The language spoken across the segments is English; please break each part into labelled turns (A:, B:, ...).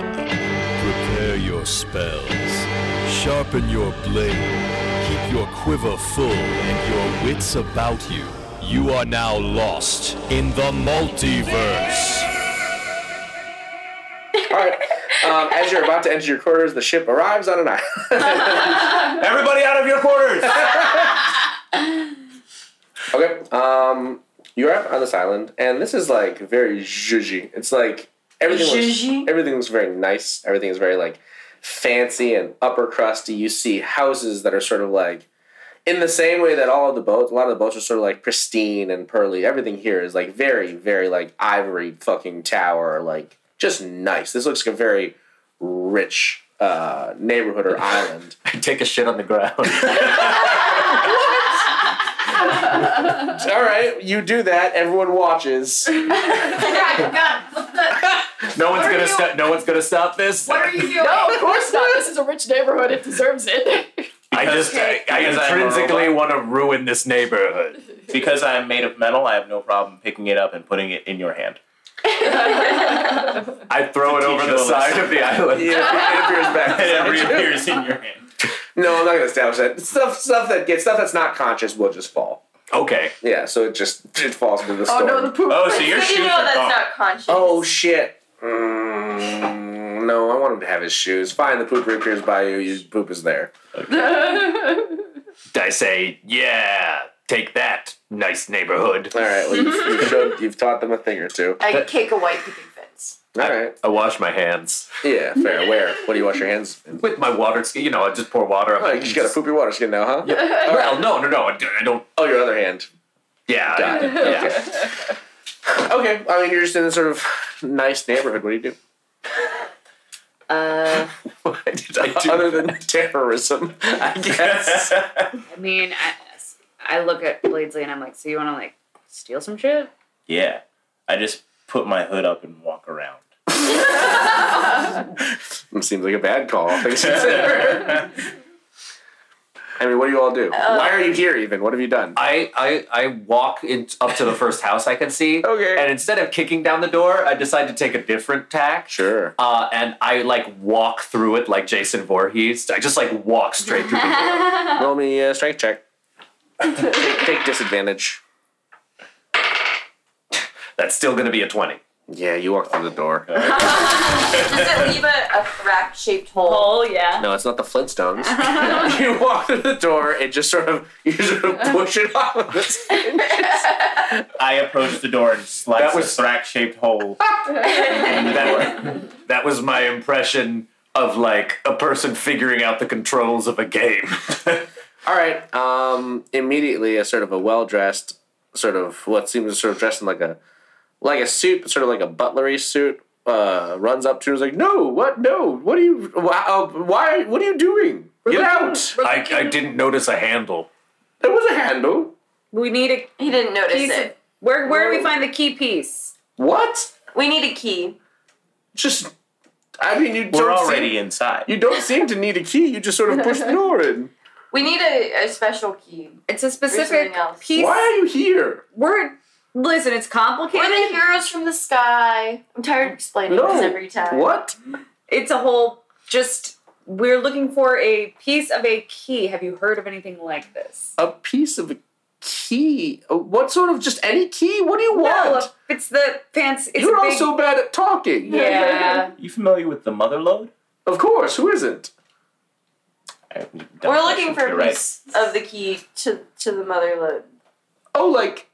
A: Prepare your spells, sharpen your blade, keep your quiver full and your wits about you. You are now lost in the multiverse.
B: All right. Um, as you're about to enter your quarters, the ship arrives on an island. Everybody out of your quarters. okay. Um, you're up on this island, and this is like very zhuzhy. It's like everything
C: Zhuzhy?
B: looks everything looks very nice. Everything is very like fancy and upper crusty. You see houses that are sort of like in the same way that all of the boats, a lot of the boats are sort of like pristine and pearly. Everything here is like very, very like ivory fucking tower, like just nice. This looks like a very rich uh, neighborhood or island.
D: Take a shit on the ground.
B: all right, you do that. Everyone watches.
C: God, what, the,
D: No one's
C: What are
D: gonna
C: you-
D: stop. No one's gonna stop this.
C: what are you doing?
E: No, of course not. This is a rich neighborhood. It deserves it.
D: I just, I, I
F: Because I'm a
D: intrinsically
F: robot.
D: want to ruin this neighborhood.
F: Because I am made of metal, I have no problem picking it up and putting it in your hand.
D: I throw it
F: To
D: over
F: teach
D: the
F: you a
D: side of the island.
B: It appears back.
F: And it
B: beside you.
F: reappears in your hand.
B: No, I'm not gonna establish that. Stuff, stuff that gets stuff that's not conscious will just fall.
D: Okay.
B: Yeah, so it just it falls into the
E: Oh
B: storm.
E: no, the poop.
F: Oh, so your
C: It's
F: shoes
C: good to know
F: are
C: that's
F: gone.
C: not conscious.
B: Oh shit. Mm, no, I want him to have his shoes. Fine, the poop reappears by you. Your poop is there.
D: I say, yeah, take that, nice neighborhood.
B: All right, well, you've, you've, showed, you've taught them a thing or two.
C: I kick a white picket fence.
B: All right.
D: I wash my hands
B: Yeah, fair. Where? What do you wash your hands in?
D: with my water skin. You know, I just pour water on
B: Oh,
D: my
B: you just gotta poop your water skin now, huh?
D: Well, no, no, no. I don't- I don't.
B: Oh, your other hand.
D: Yeah. I-
B: Got it.
D: yeah.
B: Okay, I mean, you're just in this sort of nice neighborhood. What do you do?
C: Uh,
D: Why did I do
B: Other than
D: that?
B: terrorism, I guess.
C: I mean, I, I look at Bladesley and I'm like, so you want to like steal some shit?
F: Yeah. I just put my hood up and walk around.
B: Seems like a bad call, all things considered. I mean, what do you all do? Why are you here, even? What have you done?
D: I, I I walk in, up to the first house I can see.
B: Okay.
D: And instead of kicking down the door, I decide to take a different tack.
B: Sure.
D: Uh, and I like walk through it like Jason Voorhees. I just like walk straight through the door.
B: Roll me a strength check. take, take disadvantage.
D: That's still gonna be a twenty.
B: Yeah, you walk through the door.
C: Does it leave a, a crack shaped hole?
E: yeah.
B: No, it's not the Flintstones. you walk through the door and just sort of you sort of push it off of this.
F: I approach the door and slice
D: That was-
F: a thrack shaped hole.
D: That, that was my impression of like a person figuring out the controls of a game.
B: All right. Um, immediately, a sort of a well dressed, sort of what seems sort of dressed in like a like a suit, but sort of like a butlery suit, uh, runs up to her and is like, "No, what? No, what are you? Why? Uh, why what are you doing? Get out!
D: I, I didn't notice a handle.
B: There was a handle.
C: We need a
G: He didn't notice
C: piece. Of,
G: it.
C: where where do we find the key piece?
B: What?
G: We need a key.
B: Just." I mean, you
F: We're
B: don't
F: already
B: seem,
F: inside.
B: you don't seem to need a key. You just sort of push the door in.
G: We need a, a special key.
C: It's a specific
G: something else.
C: piece.
B: Why are you here?
C: We're listen. It's
G: We're
C: complicated.
G: the heroes from the sky. I'm tired of explaining
B: No.
G: this every time.
B: What?
C: It's a whole just. We're looking for a piece of a key. Have you heard of anything like this?
B: A piece of a key? Uh, What sort of just any key? What do you
C: No,
B: want?
C: it's the fancy. It's
B: You're
C: a big,
B: also bad at talking.
C: yeah.
F: You familiar with the mother load?
B: Of course, who isn't?
F: I-
G: We're looking for
F: You're
G: a
F: right.
G: piece of the key to to the mother lode.
B: Oh, like,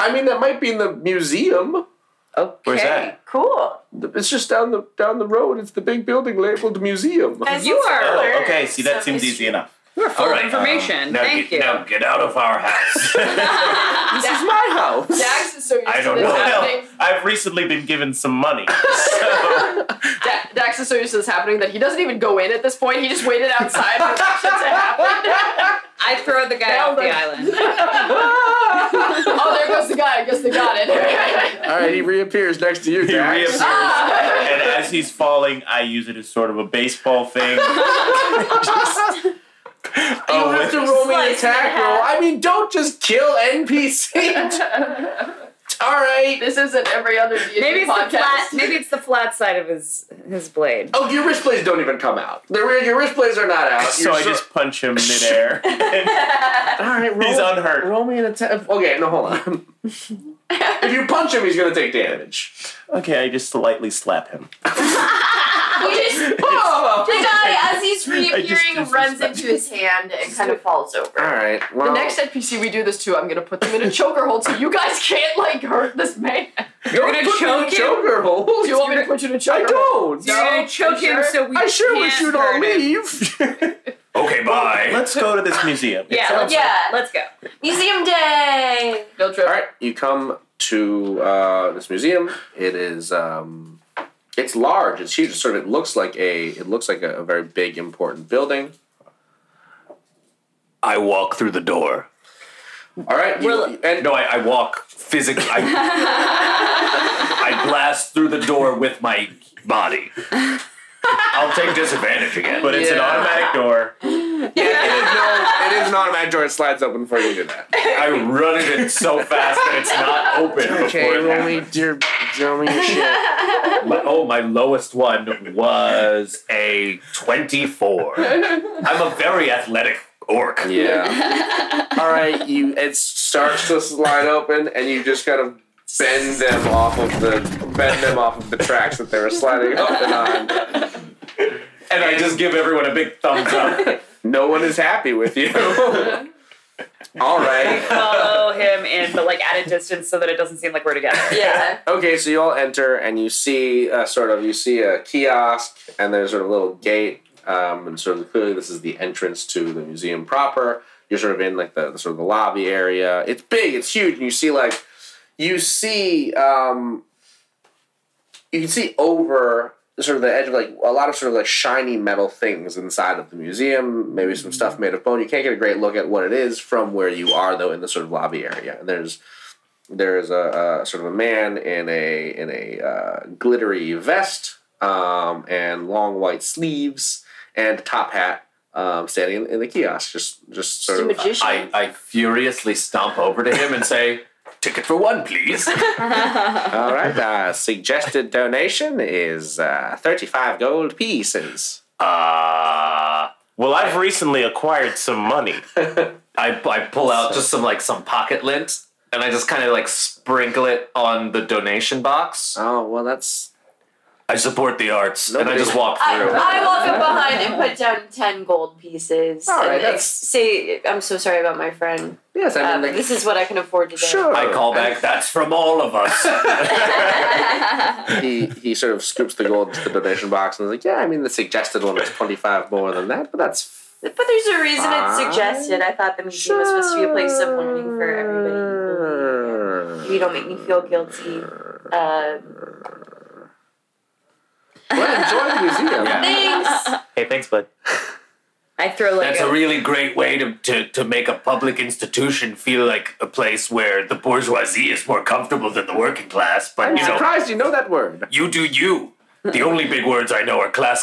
B: I mean, that might be in the museum.
C: Okay.
F: Where's that?
G: Cool.
B: It's just down the down the road. It's the big building labeled museum.
G: Guys,
C: You
G: let's
C: are-
G: learn
F: Oh, okay. See, that
G: some
F: seems easy
G: history.
F: enough.
C: You're full
D: All
H: um,
D: right,
C: of information.
D: Now
C: Uh, Thank
D: get,
C: you.
D: Now get out of our house.
B: this is my house.
E: Dax is so used
D: I
E: to
D: don't
E: this
D: know.
F: Well,
E: happening.
F: I've recently been given some money. So
E: Da- Dax is so used to this happening that he doesn't even go in at this point. He just waited outside for that shit to happen.
C: I throw the guy
E: Now
C: off the
E: the-
C: island.
E: oh, there goes the guy. I guess they got it.
B: All right, he reappears next to you.
F: he
B: Dax.
F: reappears, and as he's falling, I use it as sort of a baseball thing.
B: You
F: oh,
B: have
F: with-
B: to roll me an
G: Slice in
B: attack
G: half.
B: roll. I mean, don't just kill NPC.
D: All right.
E: This isn't every other D&D
C: Maybe it's the flat.
E: podcast.
C: Maybe it's the flat side of his his blade.
B: Oh, your wrist blades don't even come out. The, re- your wrist blades are not out.
F: So
B: You're
F: I just punch him midair.
B: all right. Roll,
F: He's unhurt.
B: Roll me an attack. Okay, no, hold on. if you punch him, he's gonna take damage.
F: Okay, I just slightly slap him.
G: We just-
B: Oh.
G: the guy, as he's reappearing,
F: just
G: runs
F: disrespect-
G: into his hand and kind of falls over.
B: All right. Well,
E: The next NPC we do this to, I'm gonna put them in a chokehold so you guys can't like hurt this man.
B: you're
C: gonna
H: Oh,
C: choke him?
B: Joker
E: Do you want me to put you in a
B: I
E: chokehold?
B: don't.
C: You're gonna
E: No,
C: choke
E: you
C: him
E: sure?
C: so we
B: I sure
C: can't
B: wish you'd
C: hurt
B: all
C: him.
B: leave.
D: Okay, bye.
F: Let's go to this museum.
C: Yeah, let's
G: Yeah.
C: Go. let's go.
G: Museum day.
E: No trip.
B: All right, you come to uh, this museum. It is um, it's large. It's huge. It sort of it looks like a it looks like a, a very big important building.
D: I walk throrough the door.
B: All right, you,
C: We're-
B: and
D: No, I, I walk physically. I, I blast through the door with my body. I'll take disadvantage again.
F: But it's an
B: Yeah.
F: automatic door.
B: it is no it is an automatic door. It slides open before you do that.
D: I run it in so fast that it's not open before it happens.
B: dear dummy shit.
D: My- oh, my lowest one was a 24. I'm a very athletic orc.
B: Yeah. All right, you it starts to slide open, and you just kind of bend them off of the bend them off of the tracks that they were sliding open on.
D: And I just give everyone a big thumbs up.
B: No one is happy with you. All right.
C: Follow him in, but like at a distance so that it doesn't seem like we're together.
G: Yeah.
B: Okay, so you all enter and you see uh, sort of you see a kiosk and there's sort of a little gate um, and sort of clearly this is the entrance to the museum proper. You're sort of in like the, the sort of the lobby area. It's big, it's huge, and you see like you see um, you can see over sort of the edge of like a lot of sort of like shiny metal things inside of the museum maybe some stuff made of bone you can't get a great look at what it is from where you are though in the sort of lobby area and there's there's a, a sort of a man in a in a uh, glittery vest um, and long white sleeves and a top hat um, standing in, in the kiosk just just sort
G: He's a
B: of uh,
G: magician.
D: I, I furiously stomp over to him and say, Ticket for one, please.
B: all right uh, suggested donation is uh, 35 gold pieces
D: Uh,
F: Well, I've recently acquired some money.
D: I, I pull out just some like some pocket lint and I just kind of like sprinkle it on the donation box.
B: oh well that's
D: I support the arts and
B: Nobody-
D: I just walk
G: I,
D: through.
G: I walk up behind and put down ten gold pieces.
B: All right,
G: and
B: that's-
G: say, "I'm so sorry about my friend.
B: yes i mean
G: Um,
B: like,
G: this is what I can afford today."
B: sure
D: I call back, that's from all of us.
B: he he sort of scoops the gold into the donation box and is like, yeah, I mean the suggested one was twenty five more than that, but that's
G: But there's a reason it's
B: Fine.
G: suggested. I thought the museum was supposed to be a place of learning for everybody. equally.
B: everybody.
G: You don't make me feel guilty. Uh,
B: Well, enjoy the museum.
D: Yeah.
G: thanks.
F: Hey, thanks, bud.
C: I throw like
D: That's a really great way to, to, to make a public institution feel like a place where the bourgeoisie is more comfortable than the working class. But
B: I'm
D: you know,
B: surprised you know that word.
D: you do you. The only big words I know are class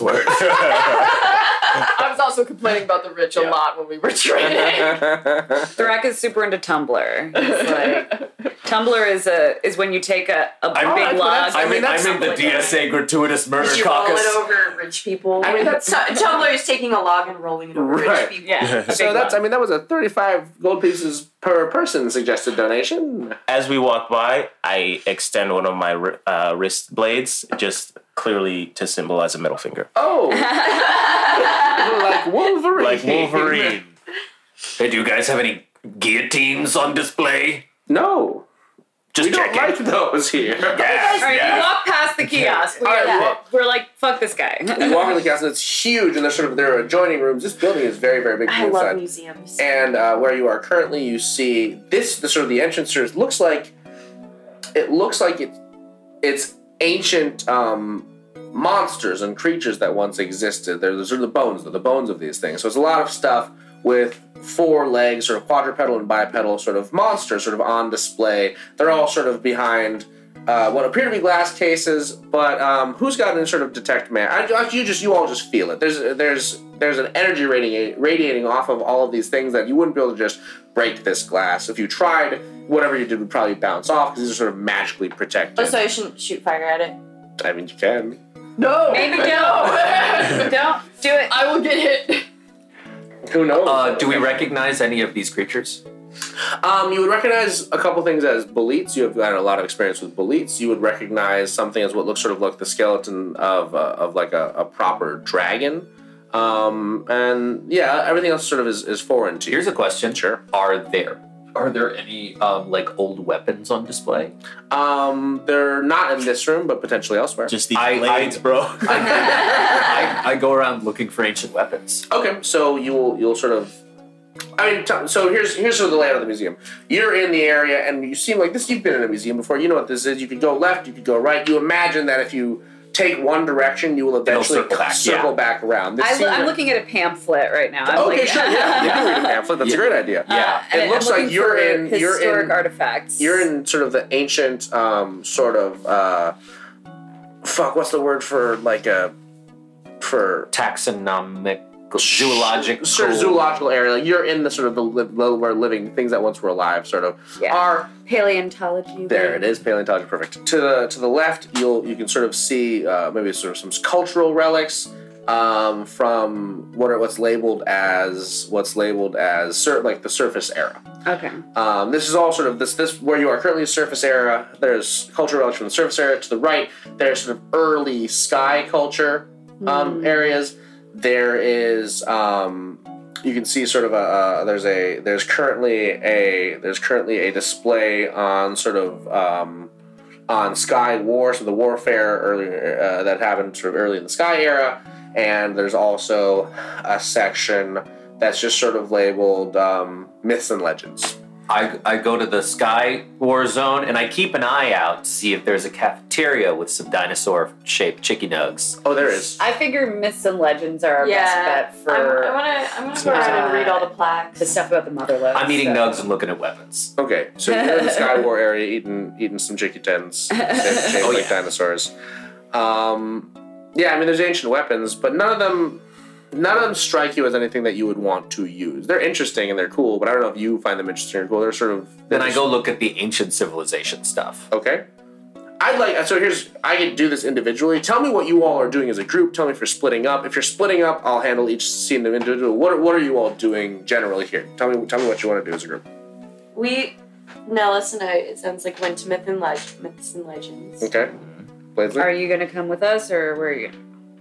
D: words.
E: I was also complaining about the rich a lot when we were training.
C: Thrak is super into Tumblr. He's like, Tumblr is a is when you take a, a
D: I'm-
C: big
D: that's what
C: log.
D: I'm,
B: mean,
D: in,
B: that's
D: I'm in the
B: something.
D: DSA gratuitous murder
G: You roll
D: caucus.
G: it over rich people.
B: I mean, that's-
G: So- Tumblr is taking a log and rolling it over
B: Right.
G: rich people.
C: yeah. a
B: So
C: big
B: that's I
C: log.
B: mean that was a thirty five gold pieces per person suggested donation.
F: As we walk by, I extend one of my wri- uh, wrist blades, just clearly to symbolize a middle finger,
B: Oh like Wolverine.
F: like Wolverine.
D: Hey, do you guys have any guillotines on display?
B: No.
D: Just
B: We don't
D: checking.
B: like those here.
D: yeah,
C: All right,
D: yeah.
C: we walk past the kiosk. We
B: All right,
C: are,
B: well-
C: we're like, fuck this guy.
B: You walk into the castle, it's huge, and there's sort of there are adjoining rooms. This building is very, very big. from
G: I
B: the
G: love
B: inside.
G: museums.
B: and uh, where you are currently, you see this the sort of the entrance here is- looks like it looks like it it's ancient um, monsters and creatures that once existed. They're the sort of the bones, the bones of these things. So it's a lot of stuff with four legs, sort of quadrupedal and bipedal, sort of monsters, sort of on display. They're all sort of behind uh, what appear to be glass cases, but um, who's got any sort of detect man? I, I- you just you all just feel it. There's there's there's an energy radiating radiating off of all of these things that you wouldn't be able to just break this glass. If you tried, whatever you did would probably bounce off because these are sort of magically protected.
G: Oh, so I shouldn't shoot fire at it.
B: I mean, you can.
E: No.
C: Maybe
E: no.
C: don't. don't do it.
E: I will get hit.
B: Who knows?
H: Uh, do we recognize any of these creatures?
B: Um, you would recognize a couple things as boletes. You have had a lot of experience with boletes. You would recognize something as what looks sort of like the skeleton of, uh, of like a, a proper dragon. Um, and yeah, everything else sort of is, is foreign to you.
H: Here's a question.
B: Sure.
H: Are there are there any um, like old weapons on display?
B: Um, they're not in this room, but potentially elsewhere.
F: Just the
H: I- I-
F: blades, bro.
H: I, I go around looking for ancient weapons.
B: Okay, so you'll you'll sort of. I mean, t- so here's here's sort of the layout of the museum. You're in the area, and you seem like this. You've been in a museum before. You know what this is. You could go left. You could go right. You imagine that if you take one direction, you will eventually
H: circle back,
B: circle
H: yeah.
B: back around. This
C: I
B: seems
C: am
B: like-
C: looking at a pamphlet right now. I'm
B: Okay,
C: like,
B: sure. Yeah, you can read a pamphlet. That's a great idea.
H: Yeah.
B: It looks like you're in-
C: historic
B: you're in-
C: artifacts.
B: You're in sort of the ancient, um, sort of. Uh, fuck. What's the word for like a for
H: Taxonomic, zoologic,
B: sort of zoological area. Like you're in the sort of the li- lo- where living things that once were alive, sort of
C: Yeah.
B: are
C: paleontology.
B: there. It is paleontology, perfect. To the to the left, you'll you can sort of see uh, maybe sort of some cultural relics um, from what are what's labeled as what's labeled as sur- like the surface era.
C: Okay.
B: Um, this is all sort of this this where you are currently is surface era. There's cultural relics from the surface era to the right. There's sort of early sky culture um, areas. There is um, you can see sort of a uh, there's a there's currently a there's currently a display on sort of um, on sky war so the warfare earlier uh, that happened sort of early in the sky era and there's also a section that's just sort of labeled um, myths and legends.
H: I, I go to the Sky War Zone and I keep an eye out to see if there's a cafeteria with some dinosaur shaped chicky nugs.
B: Oh, there is.
C: I figure myths and legends are our
G: yeah.
C: best bet
G: I'm,
C: for
G: I wanna, I'm gonna go around and read all the plaques.
C: the stuff about the motherlode.
H: I'm eating
C: so-
H: nugs and looking at weapons.
B: Okay, so you're in the Sky War area, eating eating some chicky tens, shaped
H: Oh,
B: like
H: yeah.
B: dinosaurs. Um, yeah, I mean, there's ancient weapons, but none of them, none of them strike you as anything that you would want to use. They're interesting and they're cool, but I don't know if you find them interesting or cool. They're sort of.
H: Then I go look at the ancient civilization stuff.
B: Okay. I'd like so here's I could do this individually. Tell me what you all are doing as a group. Tell me if you're splitting up. If you're splitting up, I'll handle each scene individually. What are, what are you all doing generally here? Tell me tell me what you want to do as a group.
G: We, no, listen to it. It sounds like went to myth and leg- myths and legends.
B: Okay.
H: Mm-hmm.
B: Bladesley?
C: Are you gonna come with us, or where are you?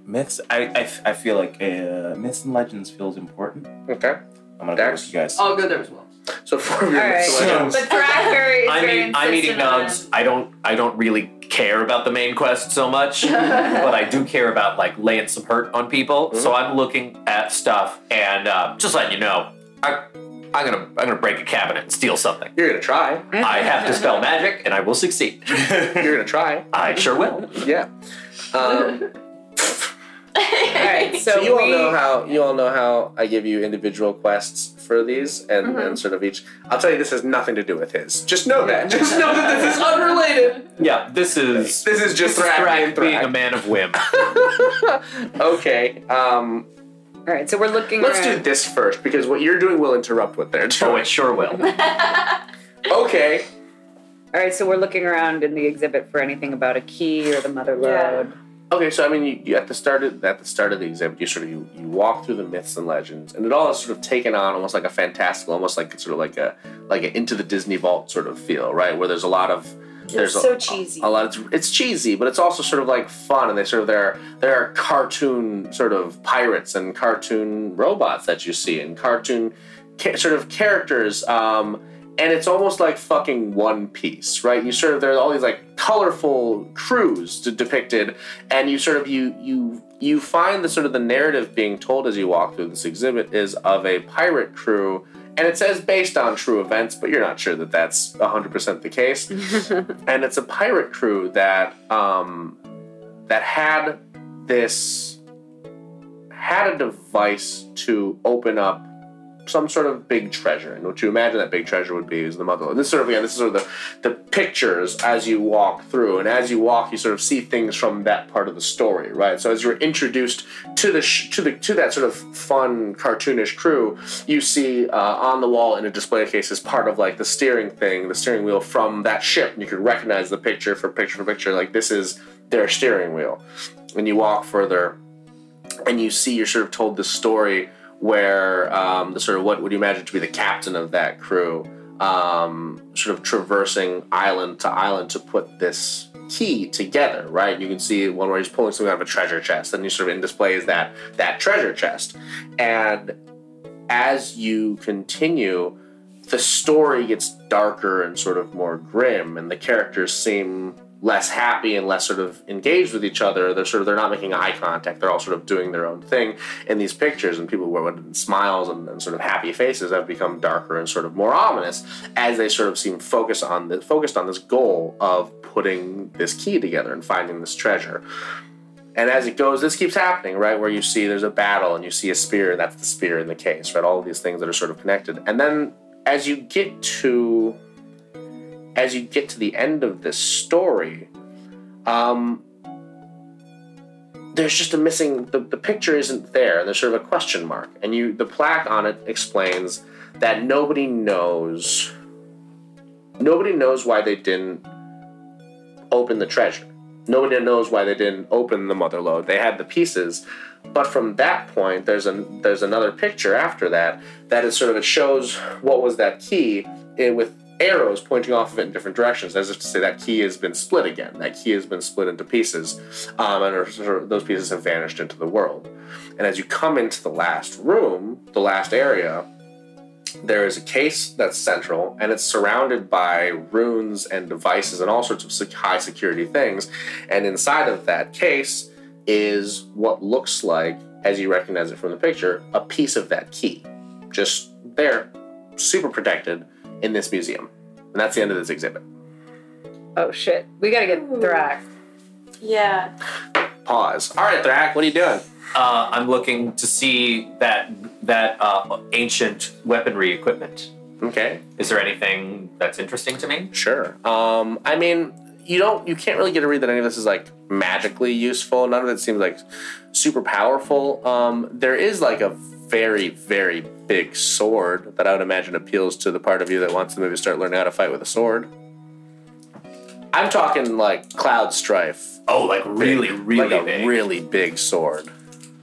F: Myths. I, I, f- I feel like uh, myths and legends feels important.
B: Okay.
F: I'm gonna go
B: Dax?
F: with you guys.
E: I'll go there as well.
B: So four of your
C: All right.
B: selections.
C: But Thrackberry is
H: I'm,
C: very
H: eat, I'm eating
C: insistent on-
H: nugs. I don't I don't really care about the main quest so much, but I do care about like laying some hurt on people. So
C: Mm-hmm.
H: I'm looking at stuff and uh, just letting you know, I, I'm gonna I'm gonna break a cabinet and steal something.
B: You're gonna try.
H: I have to spell magic, and I will succeed.
B: You're gonna try.
H: I sure will.
B: Yeah. Um,
C: All right, so,
B: so you all
C: we-
B: know how you all know how I give you individual quests for these, and, and sort of each. I'll tell you, this has nothing to do with his. Just know that. Just know that this is unrelated.
H: Yeah, this is
B: This is just
H: Thrak
B: Thrak and
H: being a
B: Thrak.
H: man of whim.
B: Okay. Um,
C: All right, so we're looking.
B: let's do
C: around.
B: this first because what you're doing will interrupt with their
H: oh,
B: doing.
H: it sure will.
B: Okay.
C: All right, so we're looking around in the exhibit for anything about a key or the motherlode.
B: Okay, so I mean, you, you at the start of, at the start of the exhibit, you sort of you, you walk through the myths and legends, and it all is sort of taken on almost like a fantastical, almost like sort of like a like an into the Disney vault sort of feel, right? Where there's a lot of there's
G: so
B: a,
G: cheesy.
B: A lot of it's cheesy, but it's also sort of like fun, and they sort of there there are cartoon sort of pirates and cartoon robots that you see and cartoon ca- sort of characters. Um, and it's almost like fucking One Piece, right? You sort of there are all these like colorful crews d- depicted, and you sort of you you you find the sort of the narrative being told as you walk through this exhibit is of a pirate crew, and it says based on true events, but you're not sure that that's 100% the case. and it's a pirate crew that um, that had this had a device to open up some sort of big treasure. And what you imagine that big treasure would be is the motherland. This is sort of yeah, this is sort of the, the pictures as you walk through, and as you walk, you sort of see things from that part of the story, right? So as you're introduced to the sh- to the to that sort of fun cartoonish crew, you see uh, on the wall in a display case is part of like the steering thing, the steering wheel from that ship, and you could recognize the picture for picture for picture. Like this is their steering wheel. And you walk further, and you see you're sort of told this story where um, the sort of what would you imagine to be the captain of that crew um, sort of traversing island to island to put this key together right you can see one where he's pulling something out of a treasure chest and he sort of in displays that that treasure chest and as you continue the story gets darker and sort of more grim and the characters seem less happy and less sort of engaged with each other. They're sort of they're not making eye contact. They're all sort of doing their own thing in these pictures, and people with smiles and, and sort of happy faces have become darker and sort of more ominous as they sort of seem focused on the focused on this goal of putting this key together and finding this treasure. And as it goes, this keeps happening, right? Where you see there's a battle and you see a spear, and that's the spear in the case, right? All of these things that are sort of connected. And then as you get to as you get to the end of this story, um, there's just a missing the, the picture isn't there and there's sort of a question mark and you the plaque on it explains that nobody knows nobody knows why they didn't open the treasure nobody knows why they didn't open the mother lode they had the pieces but from that point there's an there's another picture after that that is sort of it shows what was that key it, with arrows pointing off of it in different directions, as if to say that key has been split again. That key has been split into pieces, um, and are, sort of- those pieces have vanished into the world. And as you come into the last room, the last area, there is a case that's central, and it's surrounded by runes and devices and all sorts of sec- high security things. And inside of that case is what looks like, as you recognize it from the picture, a piece of that key. Just there, super protected in this museum. And that's the end of this exhibit.
C: Oh shit. We gotta get Thrak.
G: Yeah.
B: Pause. All right, Thrak, what are you doing?
H: Uh, I'm looking to see that that uh, ancient weaponry equipment.
B: Okay,
H: Is there anything that's interesting to me?
B: sure. Um, I mean, you don't, you can't really get a read that any of this is like magically useful. None of it seems like super powerful. Um, there is like a very, very big sword that I would imagine appeals to the part of you that wants to maybe start learning how to fight with a sword. I'm talking like cloud strife,
H: Oh, like really, really
B: like a
H: big.
B: really big sword.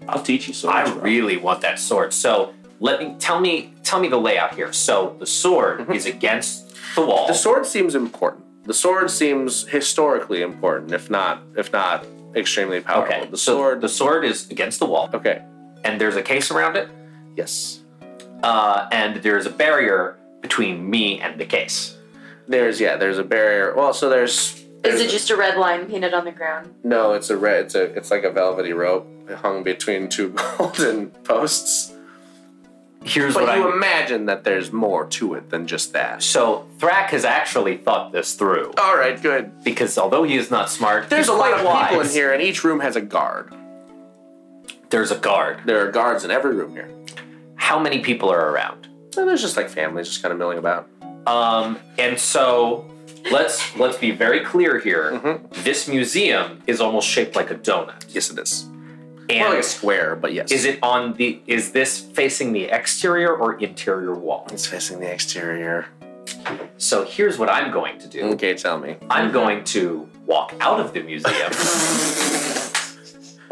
F: I'll teach you so much.
H: I
F: bro.
H: really want that sword. So let me tell me tell me the layout here. So the sword is against the wall.
B: Mm-hmm. The sword seems important. The sword seems historically important, if not if not extremely powerful.
H: Okay.
B: The
H: so
B: sword.
H: the sword is against the wall,
B: okay.
H: and there's a case around it,
B: Yes.
H: uh, and there's a barrier between me and the case.
B: There's yeah. There's a barrier. Well, so there's.
G: Is
B: there's-
G: it just a red line painted on the ground?
B: No, it's a red. It's a. It's like a velvety rope hung between two golden posts.
H: Here's
B: But
H: what
B: you
H: I
B: imagine that there's more to it than just that.
H: so Thrak has actually thought this through
B: All right. Good.
H: because although he is not smart,
B: There's
H: he's
B: a lot
H: quite
B: of
H: wise.
B: people in here, and each room has a guard.
H: There's a guard.
B: There are guards in every room here.
H: How many people are around?
B: So there's just like families just kind of milling about.
H: Um, and so let's let's be very clear here.
D: Mm-hmm.
H: This museum is almost shaped like a donut.
B: Yes, it is.
H: And
B: More like a square, but yes.
H: is it on the is this facing the exterior or interior wall?
B: It's facing the exterior.
H: So here's what I'm going to do.
D: Mm-hmm.
B: Okay, tell me.
H: I'm going to walk out of the museum.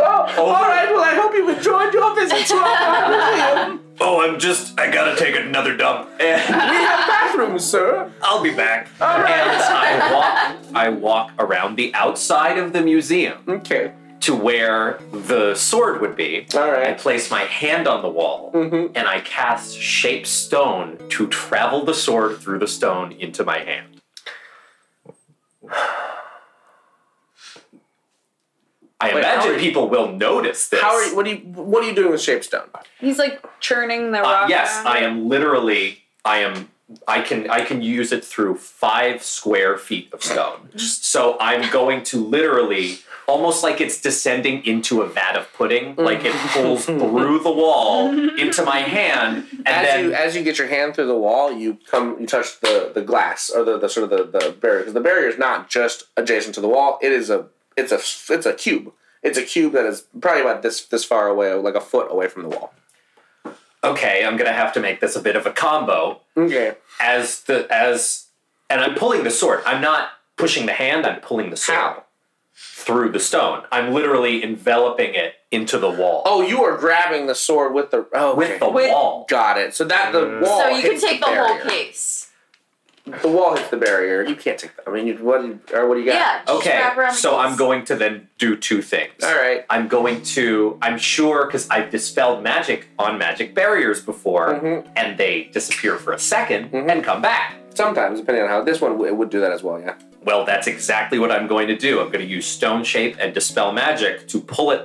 B: Oh, all right. Well, I hope you enjoyed your visit to our museum.
D: Oh, I'm just. I gotta take another dump.
B: We
D: Eh,
B: have bathrooms, sir.
D: I'll be back.
H: and I walk I walk around the outside of the museum
B: Okay.
H: to where the sword would be.
B: All
H: I
B: right. Mm-hmm.
H: place my hand on the wall and I cast shape stone to travel the sword through the stone into my hand. I
B: Wait, how
H: imagine
B: are you-
H: people will notice this.
B: How are you? What are you? What are you doing with shapestone?
C: He's like churning the
H: Uh,
C: rock.
H: yes,
C: around.
H: I am literally. I am I can I can use it through five square feet of stone.
B: Mm-hmm.
H: So I'm going to literally almost like it's descending into a vat of pudding,
B: Mm-hmm.
H: like it pulls through the wall into my hand, and
B: as
H: then
B: you as you get your hand through the wall, you come you touch the the glass or the, the sort of the, the barrier because the barrier is not just adjacent to the wall. It is a it's a it's a cube. It's a cube that is probably about this this far away, like a foot away from the wall.
H: okay, I'm gonna have to make this a bit of a combo
B: Okay.
H: as the as and I'm pulling the sword. I'm not pushing the hand, I'm pulling the sword
B: How?
H: through the stone. I'm literally enveloping it into the wall.
B: Oh, you are grabbing the sword with the oh okay.
H: with the
C: With-
H: wall. Mm.
B: got it. So that the wall.
G: So you can
B: hits
G: take the
B: Oh, barrier.
G: whole case.
B: The wall hits the barrier. You can't take that. I mean, you, what or what do you got? Oh,
G: Yeah. just
H: Okay,
G: wrap around the
H: so
G: case.
H: I'm going to then do two things.
B: All right.
H: I'm going to, I'm sure, because I've dispelled magic on magic barriers before,
B: Mhm.
H: and they disappear for a 2nd
B: Mhm.
H: and come back.
B: Sometimes, depending on how this one w- it would do that as well. Yeah.
H: Well, that's exactly what I'm going to do. I'm going to use stone shape and dispel magic to pull it,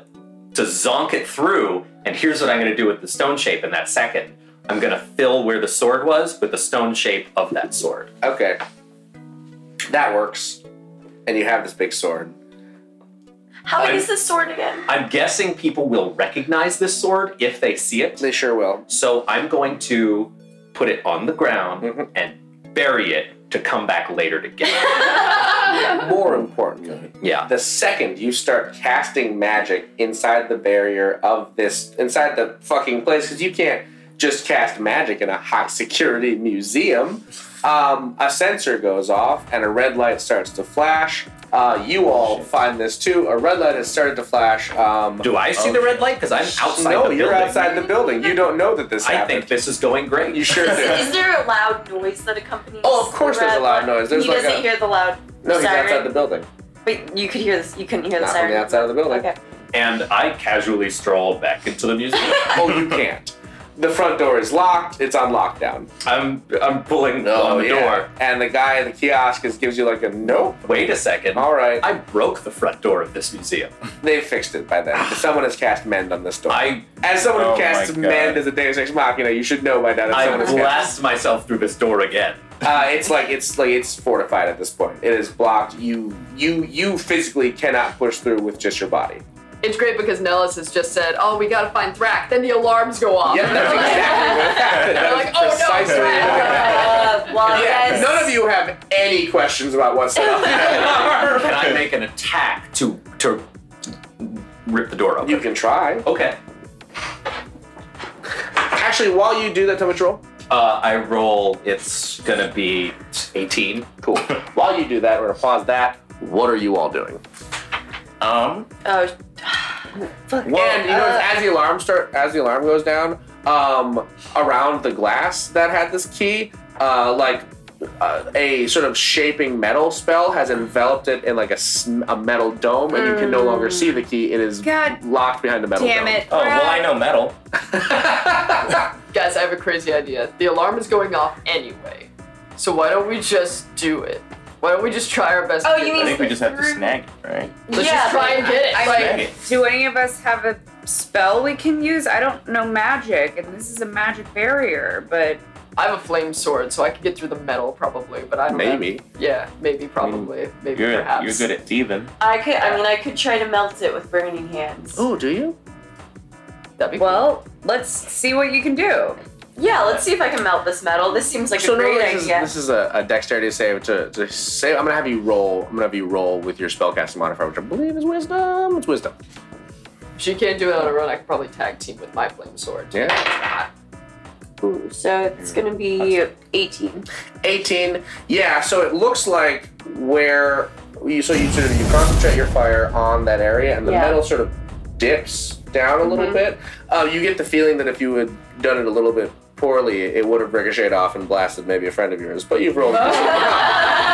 H: to zonk it through. And here's what I'm going to do with the stone shape in that second. I'm going to fill where the sword was with the stone shape of that sword.
B: Okay. That works. And you have this big sword.
G: How big
H: I'm-
G: is this sword again?
H: I'm guessing people will recognize this sword if they see it.
B: They sure will.
H: So I'm going to put it on the ground
B: Mhm.
H: and bury it to come back later to get it.
B: More importantly,
H: yeah.
B: the second you start casting magic inside the barrier of this, inside the fucking place, because you can't just cast magic in a high security museum, um, a sensor goes off and a red light starts to flash. Uh, you all find this too. A red light has started to flash. Um,
H: Do I see the red light? Because I'm outside
B: no,
H: the building.
B: you're outside the building. You don't know that this
H: I
B: happened.
H: think this is going great.
B: you sure do.
G: Is there a loud noise that accompanies?
B: Oh, of course
G: the
B: there's a
G: red
B: loud
G: light?
B: noise. There's
G: he
B: like
G: doesn't
B: a-
G: hear the loud
B: No, he's
G: siren.
B: outside the building.
G: But you could hear this. You couldn't hear the
B: Not from
G: siren.
B: the outside of the building.
G: Okay.
H: And I casually stroll back into the museum.
B: Oh, you can't. The front door is locked. It's on lockdown.
H: I'm I'm pulling
B: Oh,
H: on the door.
B: And the guy at the kiosk is, gives you like a nope.
H: Wait a second.
B: All right.
H: I broke the front door of this museum.
B: They fixed it by then. Someone has cast mend on this door.
H: I
B: as someone
F: Oh
B: who casts
F: my God.
B: mend as a Deus Ex Machina, you should know by now that
H: I
B: someone has cast.
H: blast myself through this door again.
B: Uh, it's like it's like it's fortified at this point. It is blocked. You you you physically cannot push through with just your body.
E: It's great because Nellis has just said, "Oh, we gotta find Thrack." Then the alarms go off.
B: Yeah, that's exactly what happened. That
E: Oh. They're
B: is
E: like, "Oh, no,
B: precisely
E: crap."
B: what happened.
G: Uh,
B: Yeah,
G: well, yes.
B: none of you have any questions about what's happening.
H: Can I make an attack to to rip the door open?
B: you can try.
H: Okay.
B: Actually, while you do that, tell me what you roll.
H: Uh, I roll. It's gonna be 18.
B: Cool. while you do that, we're gonna pause that. What are you all doing?
F: Um,
G: Oh,
B: and you notice as the alarm start, as the alarm goes down, um, around the glass that had this key, uh, like uh, a sort of shaping metal spell has enveloped it in like a, sm- a metal dome, and you can no longer see the key. It is
C: God
B: locked behind the metal
C: damn
B: dome.
C: it.
F: oh, well, I know metal.
E: Guys, I have a crazy idea. The alarm is going off anyway, so why don't we just do it? Why don't we just try our best?
C: Oh,
E: to do
C: you
F: I
E: this
C: mean-
F: think we just have to
C: Through-
F: snag it, right?
E: thing? Let's
G: Yeah,
E: just try and get it.
C: I-
E: like,
F: Snag it.
C: Do any of us have a spell we can use? I don't know magic, and this is a magic barrier, but
E: I have a flame sword, so I could get through the metal probably, but I don't have-
B: Maybe.
E: yeah, maybe, probably, maybe
F: Mm. You're,
E: perhaps.
F: you're good at thieving.
G: I could. I mean, I could try to melt it with burning hands.
B: Ooh, do you?
E: That'd be cool.
C: well, let's see what you can do.
G: Yeah, let's see if I can melt this metal. This seems like
B: So
G: a
B: no,
G: great
B: this is,
G: idea.
B: this is a, a dexterity save to, to save. I'm gonna have you roll. I'm gonna have you roll with your spellcasting modifier, which I believe is wisdom. It's wisdom.
E: If she can't do it on her own. I could probably tag team with my flame sword.
B: Yeah.
G: Ooh, so it's gonna be 18.
B: 18. Yeah, so it looks like where you so you sort of you concentrate your fire on that area, and the
G: Yeah. Mm-hmm.
B: metal sort of dips down a little bit. Uh, you get the feeling that if you had done it a little bit poorly, it would have ricocheted off and blasted maybe a friend of yours. But you've
G: Oh.
B: rolled.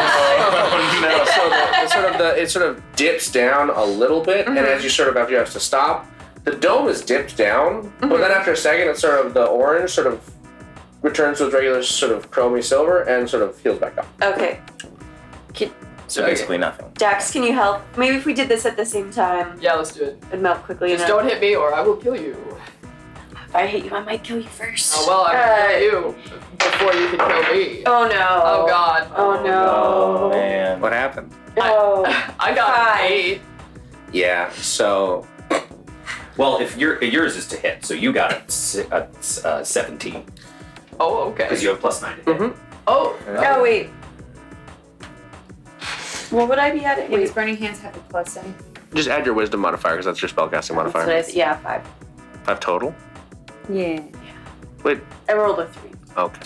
B: so the, it's sort of the it sort of dips down a little bit,
E: Mm-hmm.
B: and as you sort of after you have to stop, the dome is dipped down, but
E: Mm-hmm.
B: then after a second, it's sort of the orange sort of returns to its regular sort of chromy silver and sort of heals back up.
G: Okay,
F: So basically nothing.
G: Dax, can you help? Maybe if we did this at the same time,
E: Yeah, let's do it.
G: it'd melt quickly
E: Just
G: enough.
E: don't hit me or I will kill you.
G: If I hit you, I might kill you first.
E: Oh well, I
C: Uh,
E: can kill you before you can kill me.
C: Oh no.
E: Oh god.
C: Oh no.
F: Oh man.
B: What happened?
C: Oh.
E: I got
C: Five.
E: an eight.
B: Yeah, so
H: Well, if your yours is to hit, so you got a, s- a s- a seventeen
E: Oh okay.
H: because you have plus nine to hit.
E: Oh,
C: Oh wait.
G: What would I be at?
C: Wait. Does
G: Wait,
C: burning hands have a plus any?
B: just add your wisdom modifier because that's your spellcasting
G: that's what
B: modifier.
G: I said. Yeah, five.
B: Five total.
C: Yeah.
B: Wait,
G: I rolled a three.
B: okay.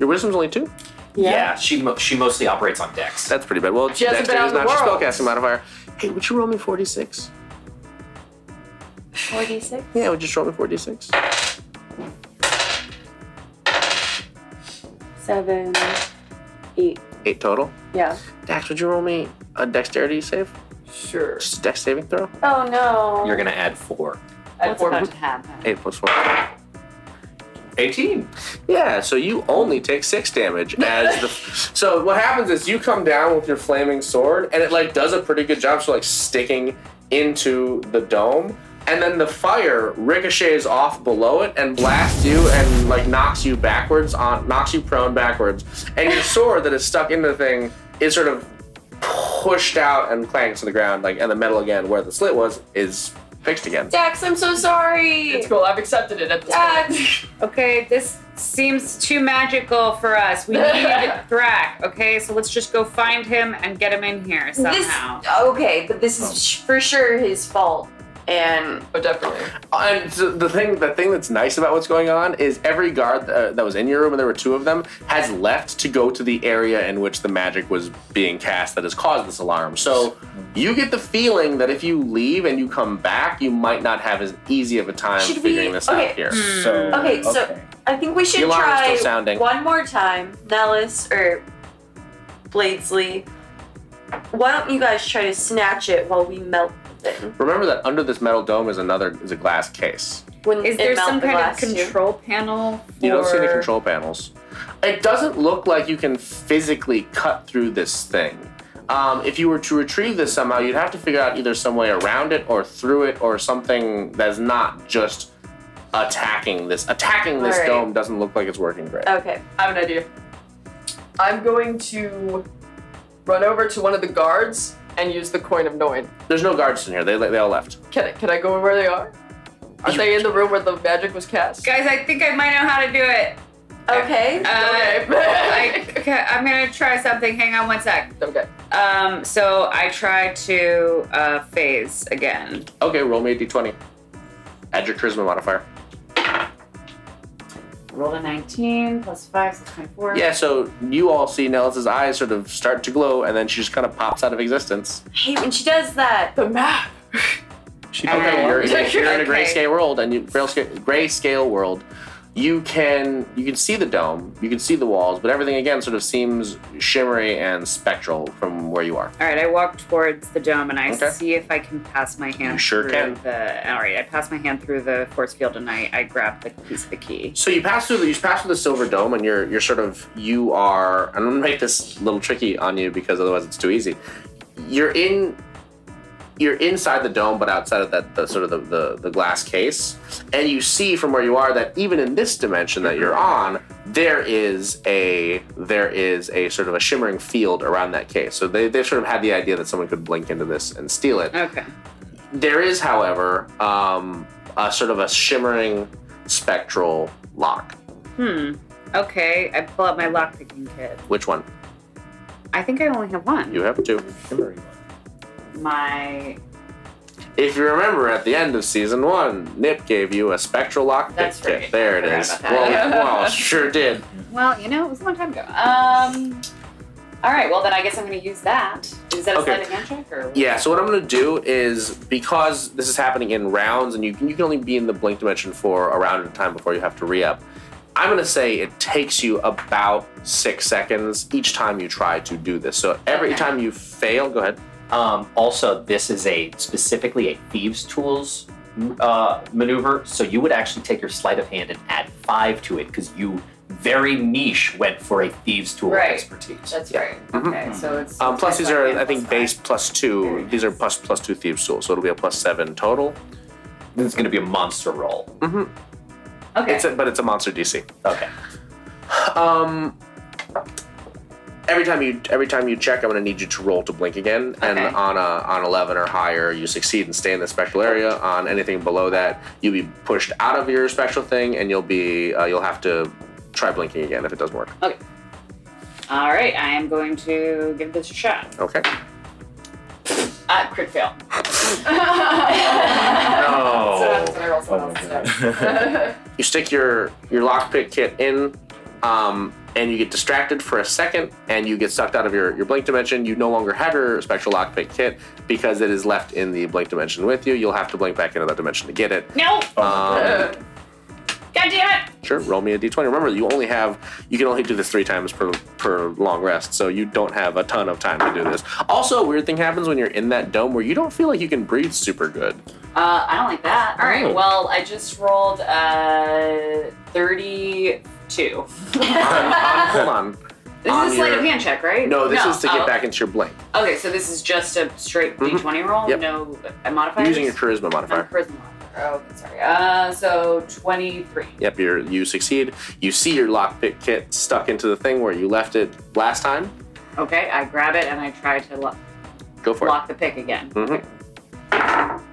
B: Your wisdom's only two.
H: Yeah, she mo- she mostly operates on decks.
B: That's pretty bad. Well,
E: She hasn't
B: dexterity
E: been
B: is
E: out
B: not
E: in the
B: your
E: world.
B: spellcasting modifier. Hey, would you roll me forty six?
G: Forty-six.
B: Yeah, would you just roll me forty six?
G: Seven. Eight.
B: Eight total.
G: Yeah.
B: Dax, would you roll me a dexterity save?
E: sure.
B: Just a dex saving throw.
G: Oh no.
H: You're gonna add four.
E: At
C: What's about
E: four.
C: to happen?
B: Eight plus four.
H: Eighteen.
B: Yeah, so you only take six damage as the. so what happens is you come down with your flaming sword, and it like does a pretty good job, so like sticking into the dome, and then the fire ricochets off below it and blasts you and like knocks you backwards on knocks you prone backwards, and your sword that is stuck in the thing is sort of pushed out and clangs to the ground, like and the metal again where the slit was is fixed again.
G: Dax, I'm so sorry.
E: It's cool. I've accepted it at this point.
G: Dax.
C: Okay, this seems too magical for us. We need Brack. Okay, so let's just go find him and get him in here somehow.
G: This. Okay, but this is sh- for sure his fault. And
E: Oh, definitely.
B: And so the thing, the thing that's nice about what's going on is every guard uh, that was in your room, and there were two of them, has left to go to the area in which the magic was being cast that has caused this alarm. So you get the feeling that if you leave and you come back, you might not have as easy of a time
G: Should we-
B: figuring this
G: okay.
B: out here.
F: So
G: Okay, so- I think we should
B: The alarm is
G: try
B: still sounding.
G: one more time, Nellis or Bladesley. Why don't you guys try to snatch it while we melt the thing?
B: Remember that under this metal dome is another is a glass case.
G: Wouldn't
C: Is
G: it
C: there
G: melt
C: some
G: the
C: kind of
G: glass too?
C: control panel? For...
B: You don't see any control panels. It doesn't look like you can physically cut through this thing. Um, if you were to retrieve this somehow, you'd have to figure out either some way around it or through it or something that's not just attacking this. Attacking this
G: Alright.
B: dome doesn't look like it's working great.
G: Okay.
E: I have an idea. I'm going to run over to one of the guards and use the coin of knowing.
B: There's no guards in here. They, they all left.
E: Can I, can I go where they are? Are they in the room where the magic was cast?
C: Guys, I think I might know how to do it.
G: Okay.
C: Uh,
E: Okay.
C: I, okay, I'm gonna try something. Hang on one sec.
E: okay.
C: Um, so I try to uh, phase again.
B: Okay, roll me a d20. Add your charisma modifier.
C: Roll a 19 plus 5, so 24.
B: Yeah, so you all see Nellis's eyes sort of start to glow, and then she just kind of pops out of existence.
G: I hate when she does that.
E: The map.
F: she
C: Okay.
B: you're, you're in a
C: Okay.
B: grayscale world, and you grayscale, grayscale world, you can you can see the dome, you can see the walls, but everything again sort of seems shimmery and spectral from where you are.
C: All right, I walk towards the dome and I
B: Okay.
C: see if I can pass my hand.
B: You sure
C: through
B: can.
C: The, all right, I pass my hand through the force field and I, I grab the piece of the key.
B: So you pass through the, you pass through the silver dome, and you're you're sort of you are. and I'm gonna make this a little tricky on you because otherwise it's too easy. You're in. You're inside the dome, but outside of that, the sort of the, the, the glass case, and you see from where you are that even in this dimension that you're on, there is a there is a sort of a shimmering field around that case. So they they sort of had the idea that someone could blink into this and steal it.
C: Okay.
B: There is, however, um, a sort of a shimmering spectral lock.
C: Hmm. Okay, I pull out my lockpicking kit.
B: Which one?
C: I think I only have one.
B: You have two.
C: My.
B: If you remember, at the end of season one, Nip gave you a spectral lock
G: That's
B: pick tip.
G: right.
B: There it
G: Forgot
B: is.
G: about
B: Well,
E: that.
B: well, sure did.
C: Well, you know, it was a long time ago. Um. All right, well, then I guess I'm going to use that. Is that a
B: Okay.
C: sliding hand check? Or
B: Yeah. So what I'm gonna do is because this is happening in rounds, and you can, you can only be in the blink dimension for a round at a time before you have to re up. I'm gonna say it takes you about six seconds each time you try to do this. So every
C: Okay.
B: time you fail, go ahead.
H: Um, also, this is a specifically a thieves' tools uh, maneuver, so you would actually take your sleight of hand and add five to it because you very niche went for a thieves' tool
C: Right.
H: expertise.
C: That's
B: Yeah.
C: right.
B: Mhm.
C: Okay, so it's.
B: Um, plus, these are I think base
C: base.
B: plus two. These are plus plus two thieves tools, so it'll be a plus seven total.
H: This is going to be a monster roll.
C: Okay.
B: It's a, but it's a monster DC.
F: Okay.
B: Um, every time you every time you check, I'm gonna need you to roll to blink again. And
C: Okay.
B: on a on 11 or higher, you succeed and stay in the special area. On anything below that, you'll be pushed out of your special thing, and you'll be uh, you'll have to try blinking again if it doesn't work.
C: All right, I am going to give this a shot.
B: Okay.
C: Uh, crit fail.
E: Oh.
B: You stick your your lockpick kit in, um, and you get distracted for a second, and you get sucked out of your your blink dimension. You no longer have your special lockpick kit because it is left in the blink dimension with you. You'll have to blink back into that dimension to get it.
C: No!
B: Um,
C: God damn it!
B: Sure, roll me a d20. Remember, you only have you can only do this three times per per long rest, so you don't have a ton of time to do this. Also, a weird thing happens when you're in that dome where you don't feel like you can breathe super good.
C: Uh, I don't like that. All
B: Oh.
C: right, well, I just rolled uh, 32.
B: On- on- Um, hold on.
C: This
B: On
C: is a sleight of
B: your-
C: hand check, right?
B: No, this is to get
C: oh,
B: back into your blink
C: Okay, so this is just a straight
B: Mhm.
C: d20 roll?
B: Yep.
C: No uh, modifiers?
B: using your charisma
C: No
B: modifier.
C: charisma modifier. Oh, okay, sorry. Uh, so 23.
B: Yep, you are you succeed. You see your lockpick kit stuck into the thing where you left it last time.
C: Okay, I grab it and I try to lo-
B: Go for
C: lock the pick again.
B: it. hmm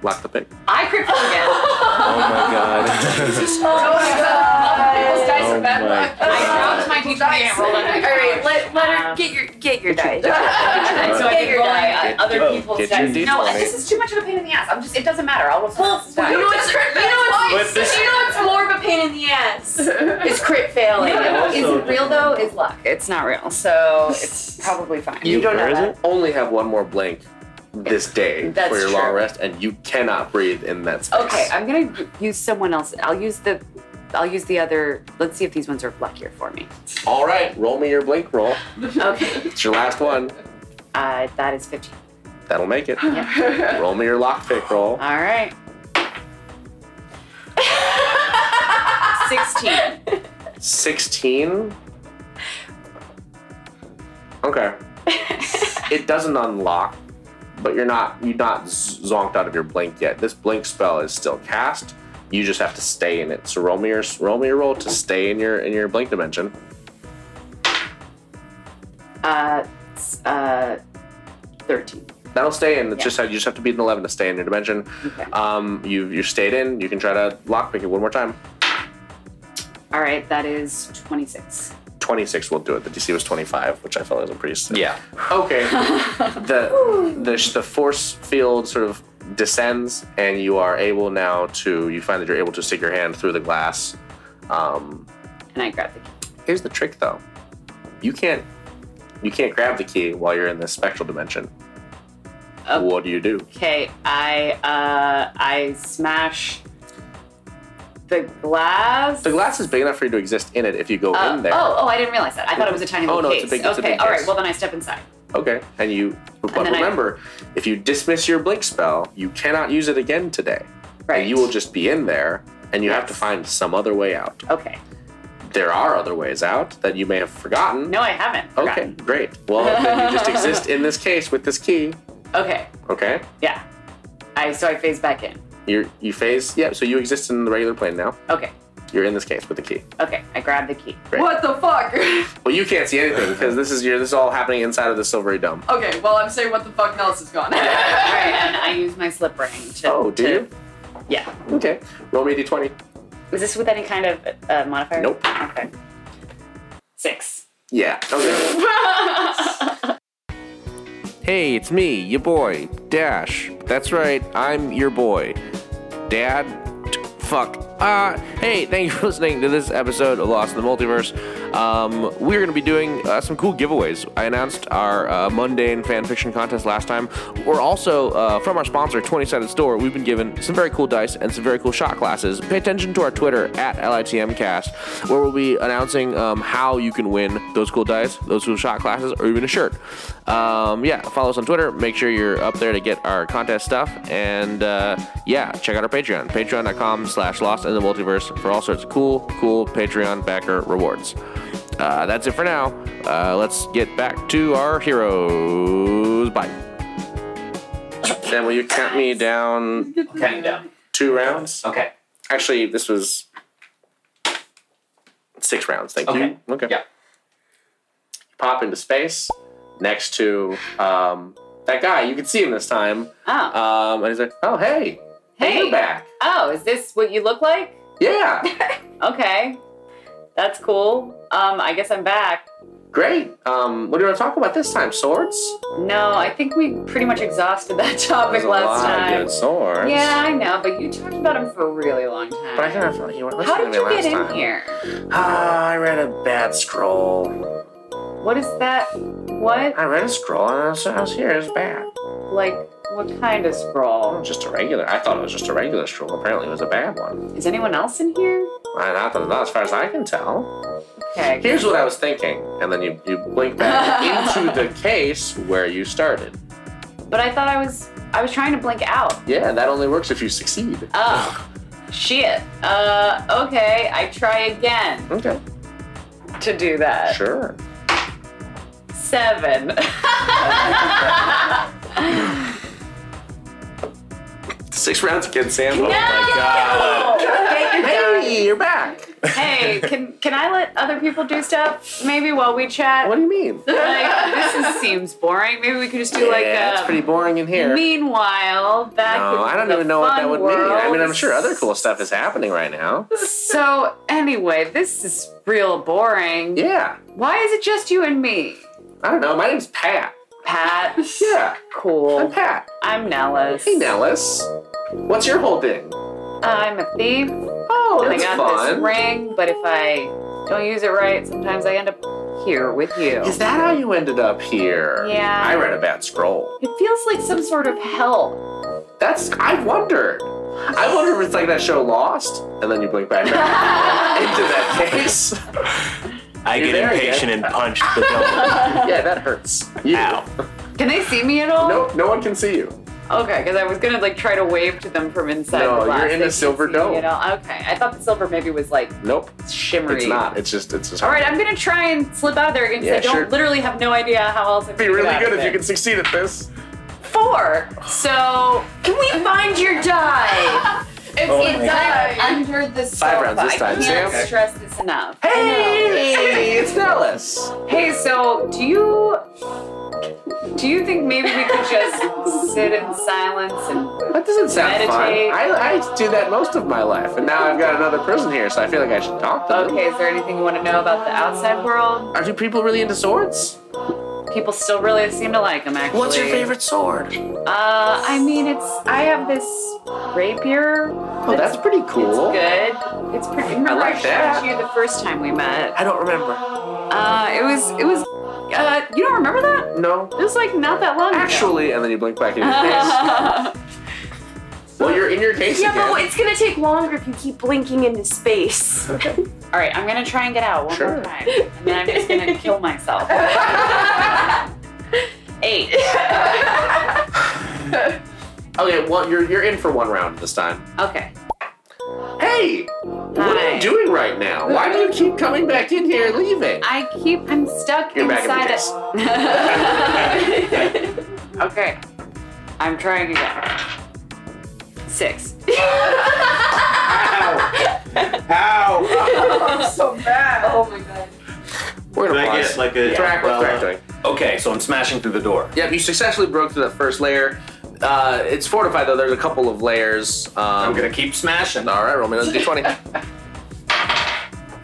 B: Lock the pick.
C: I crit fail again.
F: Oh my god.
C: Those dice
F: Oh
C: are bad.
F: my
C: I dropped my d20 and rolled
G: All
C: another
G: right,
C: die.
G: let, let her
C: Um,
G: get your get your dice.
C: And so I
G: Get
C: keep
G: your
C: rolling
G: dice.
C: uh, other
F: Oh,
C: people's
B: get your
C: dice. No,
B: D20.
C: this is too much of a pain in the ass. I'm just. It doesn't matter. I'll roll someone else's
G: Well,
C: die.
G: you know what's you know
F: But
G: what's,
F: this-
G: you know what's more of a pain in the ass is crit failing.
F: Yeah.
C: Is it real though? Is luck. It's not real, so it's probably fine.
B: You
G: don't know that.
B: only have one more blink this day
C: That's
B: for your long
C: true.
B: rest, and you cannot breathe in that space.
C: Okay, I'm gonna use someone else. I'll use the. I'll use the other. Let's see if these ones are luckier for me.
B: All right, roll me your blink roll.
C: Okay.
B: It's your last one.
C: Uh, that is 15.
B: That'll make it.
C: Yeah.
B: Roll me your lockpick roll.
C: All right. 16.
B: 16. Okay. it doesn't unlock, but you're not you're not z- zonked out of your blink yet. This blink spell is still cast. You just have to stay in it. So roll me your roll me your roll to stay in your in your blink dimension.
C: Uh, s- uh, 13.
B: That'll stay in. It's
C: Yeah.
B: just how you just have to beat an eleven to stay in your dimension.
C: Okay.
B: Um, you you stayed in. You can try to lockpick it one more time.
C: All right, that is 26.
B: 26 will do it. The DC was 25, which I felt was a pretty sick.
H: Yeah.
B: Okay. the, the the force field sort of descends, and you are able now to you find that you're able to stick your hand through the glass. Um,
C: And I grab the key.
B: here's the trick, though. You can't you can't grab the key while you're in this spectral dimension.
C: Oh.
B: What do you do?
C: Okay, I, uh, I smash the glass.
B: The glass is big enough for you to exist in it if you go
C: Uh,
B: in there.
C: Oh, oh, I didn't realize that. I thought it was a tiny
B: Oh,
C: little
B: no,
C: case.
B: it's a big- it's a
C: okay,
B: big
C: all right,
B: case.
C: well, then I step inside.
B: Okay, and you. But
C: then I-
B: remember, if you dismiss your blink spell, you cannot use it again today.
C: Right.
B: and you will just be in there and you have to
C: Yes.
B: find some other way out.
C: Okay.
B: There are other ways out that you may have forgotten.
C: No, I haven't.
B: Okay, great. Well, then you just exist in this case with this key.
C: forgotten. Okay,
B: Okay?
C: yeah. I So I phase back in.
B: You you phase. Yeah, so you exist in the regular plane now.
C: Okay,
B: You're in this case with the key.
C: okay, I grab the key.
B: Great.
E: What the fuck?
B: Well, you can't see anything because this is your this is all happening inside of the silvery dome.
E: okay, well I'm saying what the fuck Nellis is gone.
C: All right, and I use my slip ring to.
B: Oh, do
C: to-
B: you?
C: Yeah.
B: Okay. Roll me a d20.
C: Is this with any kind of uh, modifier?
B: Nope.
C: Okay. Six.
B: Yeah. Okay. hey, it's me, your boy, Dash. That's right, I'm your boy. Dad? T- Fuck. Uh, hey, thank you for listening to this episode of Lost in the Multiverse. Um, we're going to be doing uh, some cool giveaways. I announced our uh, mundane fan fiction contest last time. We're also, uh, from our sponsor, 20 Sided Store, we've been given some very cool dice and some very cool shot glasses. Pay attention to our Twitter at LITMcast, where we'll be announcing um, how you can win those cool dice, those cool shot glasses, or even a shirt. Um, yeah, follow us on Twitter. Make sure you're up there to get our contest stuff. And uh, yeah, check out our Patreon, patreon.com slash lost in the multiverse for all sorts of cool, cool Patreon backer rewards. Uh, that's it for now. Uh, let's get back to our heroes. Bye. Sam, will you count me down
H: Counting down.
B: two rounds?
H: Okay.
B: Actually, this was Six rounds, thank
H: Okay.
B: you. Okay.
H: Yeah.
B: Pop into space next to um, that guy. You can see him this time.
C: Oh.
B: Um, and he's like, oh, hey.
C: Hey.
B: You're back.
C: Oh, is this what you look like?
B: Yeah.
C: Okay. That's cool. Um, I guess I'm back.
B: Great. Um, what do you want to talk about this time? Swords?
C: No, I think we pretty much exhausted that topic
B: There's a
C: last
B: lot of
C: time.
B: good swords.
C: Yeah, I know, but you talked about him for a really long time.
B: But I kind of felt like you weren't
C: How
B: listening to me
C: did you
B: last
C: get in
B: time.
C: here?
B: Ah, I read a bad scroll.
C: What is that? What?
B: I read a scroll and I was, I was here. It was bad.
C: Like, what kind of
B: Oh,
C: scroll?
B: Just a regular. I thought it was just a regular scroll. Apparently, it was a bad one.
C: Is anyone else in here?
B: I, not, that- not as far as I can tell.
C: Okay.
B: Here's what I was thinking, and then you, you blink back into the case where you started.
C: But I thought I was I was trying to blink out.
B: Yeah, that only works if you succeed.
C: Oh. Shit. Uh okay, I try again
B: Okay,
C: to do that.
B: sure.
C: Seven.
B: Oh Six rounds again, Sam.
C: hey,
B: Hey, you're back.
C: hey, can can I let other people do stuff maybe while we chat?
B: What do you mean?
C: Like this is, seems boring. Maybe we could just do like
B: yeah, it's
C: um,
B: pretty boring in here.
C: Meanwhile, back
B: No,
C: in
B: I don't
C: the
B: even know what that
C: fun
B: would mean.
C: world.
B: I mean, I'm sure other cool stuff is happening right now.
C: So anyway, this is real boring.
B: Yeah.
C: Why is it just you and me?
B: I don't know. My name's Pat.
C: Pat,
B: Yeah. I'm
C: cool.
B: Pat.
C: I'm Nellis.
B: Hey, Nellis. What's your whole thing?
C: I'm a thief,
B: Oh,
C: and I
B: that's
C: got this
B: fun.
C: ring. But if I don't use it right, sometimes I end up here with you.
B: Is that how you ended up here?
C: Oh, Yeah.
B: I read a bad scroll.
C: It feels like some sort of hell.
B: That's. I wondered. I wonder if it's like that show Lost, and then you blink back into that case.
F: I
B: You're
F: get
B: there
F: impatient and punch the dome.
B: yeah, that hurts. You.
F: Ow.
C: Can they see me at all?
B: Nope, no one can see you.
C: Okay, because I was gonna like try to wave to them from inside.
B: No,
C: the glass.
B: you're in
C: They
B: a
C: can't
B: silver
C: see me
B: dome.
C: at all. Okay, I thought the silver maybe was like
B: Nope,
C: shimmery.
B: it's not. It's just. It's just.
C: All right, I'm gonna try and slip out there again because I
B: Yeah,
C: don't
B: sure.
C: literally have no idea how else. I'm
B: It'd be
C: gonna
B: really
C: get out
B: good
C: of
B: if you
C: there.
B: could succeed at this.
C: Four. So can we find your die?
E: It's inside.
C: under the
B: Oh, Five rounds this time,
C: I can't
B: Sam.
C: stress this enough.
B: Hey, it's Nellis.
C: Hey, so do you do you think maybe we could just sit in silence and
B: That doesn't sound
C: Meditate.
B: fun. I, I do that most of my life, and now I've got another person here, so I feel like I should talk to them.
C: Okay, is there anything you want to know about the outside world?
B: Are you people really into swords?
C: People still really seem to like them actually.
B: What's your favorite sword?
C: Uh I mean it's I have this rapier.
B: Oh, that's pretty cool.
C: Good. It's pretty. Remember I,
B: like
C: showed
B: that.
C: you the first time we met.
B: I don't remember.
C: Uh, it was it was. Uh, you don't remember that?
B: No.
C: It was like not that long
B: Actually, and then you blink back in your face.
C: ago.
B: well, you're in your case
G: Yeah,
B: again.
G: but it's gonna take longer if you keep blinking into space.
C: All right, I'm gonna try and get out one
B: Sure.
C: more time, and then I'm just gonna kill myself. Eight.
B: okay, well, you're you're in for one round this time.
C: Okay.
B: Hey, what are
C: Hi.
B: you doing right now? Why do you keep coming back in here and leaving?
C: I keep. I'm stuck
B: You're back in the
C: inside it. okay. I'm trying again. Six.
G: Oh
B: We're
H: Did
B: gonna
H: I
B: pause.
H: get like a
B: track
H: well,
B: what's track doing.
H: Okay, so I'm smashing through the door.
B: Yep, you successfully broke through that first layer. Uh, it's fortified though. There's a couple of layers. Um,
H: I'm gonna keep smashing.
B: All right, roll me another d20.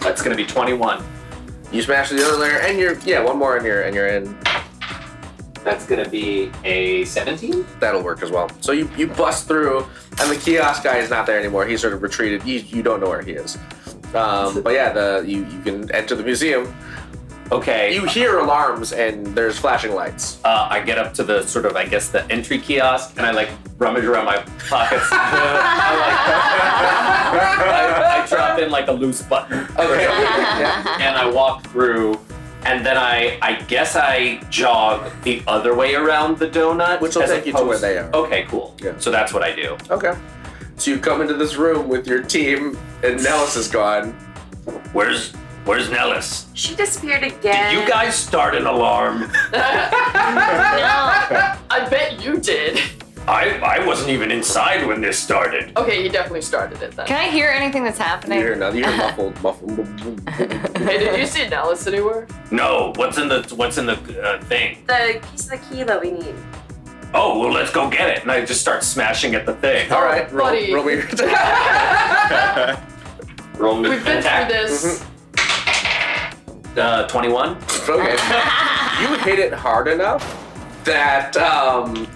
H: That's gonna be 21.
B: You smash the other layer, and you're yeah, one more, and you're and you're in.
H: That's gonna be a 17.
B: That'll work as well. So you you bust through, and the kiosk guy is not there anymore. He's sort of retreated. You, you don't know where he is. Um, but yeah, the you you can enter the museum.
H: Okay.
B: You hear alarms, and there's flashing lights.
H: uh, I get up to the sort of, I guess, the entry kiosk, and I like rummage around my pockets. I, like, I, I drop in like a loose button,
B: Okay. yeah.
H: and I walk through, and then I, I guess, I jog the other way around the donut,
B: Which will
H: as
B: take you to where
H: opposed-
B: they are.
H: Okay, cool.
B: Yeah.
H: So that's what I do.
B: Okay. So you come into this room with your team, and Nellis is gone.
H: Where's Where's Nellis?
G: She disappeared
H: Did
G: again.
H: you guys start an alarm?
G: No.
E: I bet you did.
D: I, I wasn't even inside when this started.
E: Okay, he definitely started it then.
I: Can I hear anything that's
B: You
I: happening?
B: hear another, you hear muffled, muffled.
E: Hey, did you see Nellis anywhere?
D: No, what's in the what's in the uh, thing?
G: The piece of the key that we need.
D: Oh, well, let's go get it. And I just start smashing at the thing.
B: All right, roll,
E: Buddy.
B: roll me your
D: Roll me-
E: We've been through
D: attack.
E: this.
H: Uh, 21.
B: Okay. you hit it hard enough that um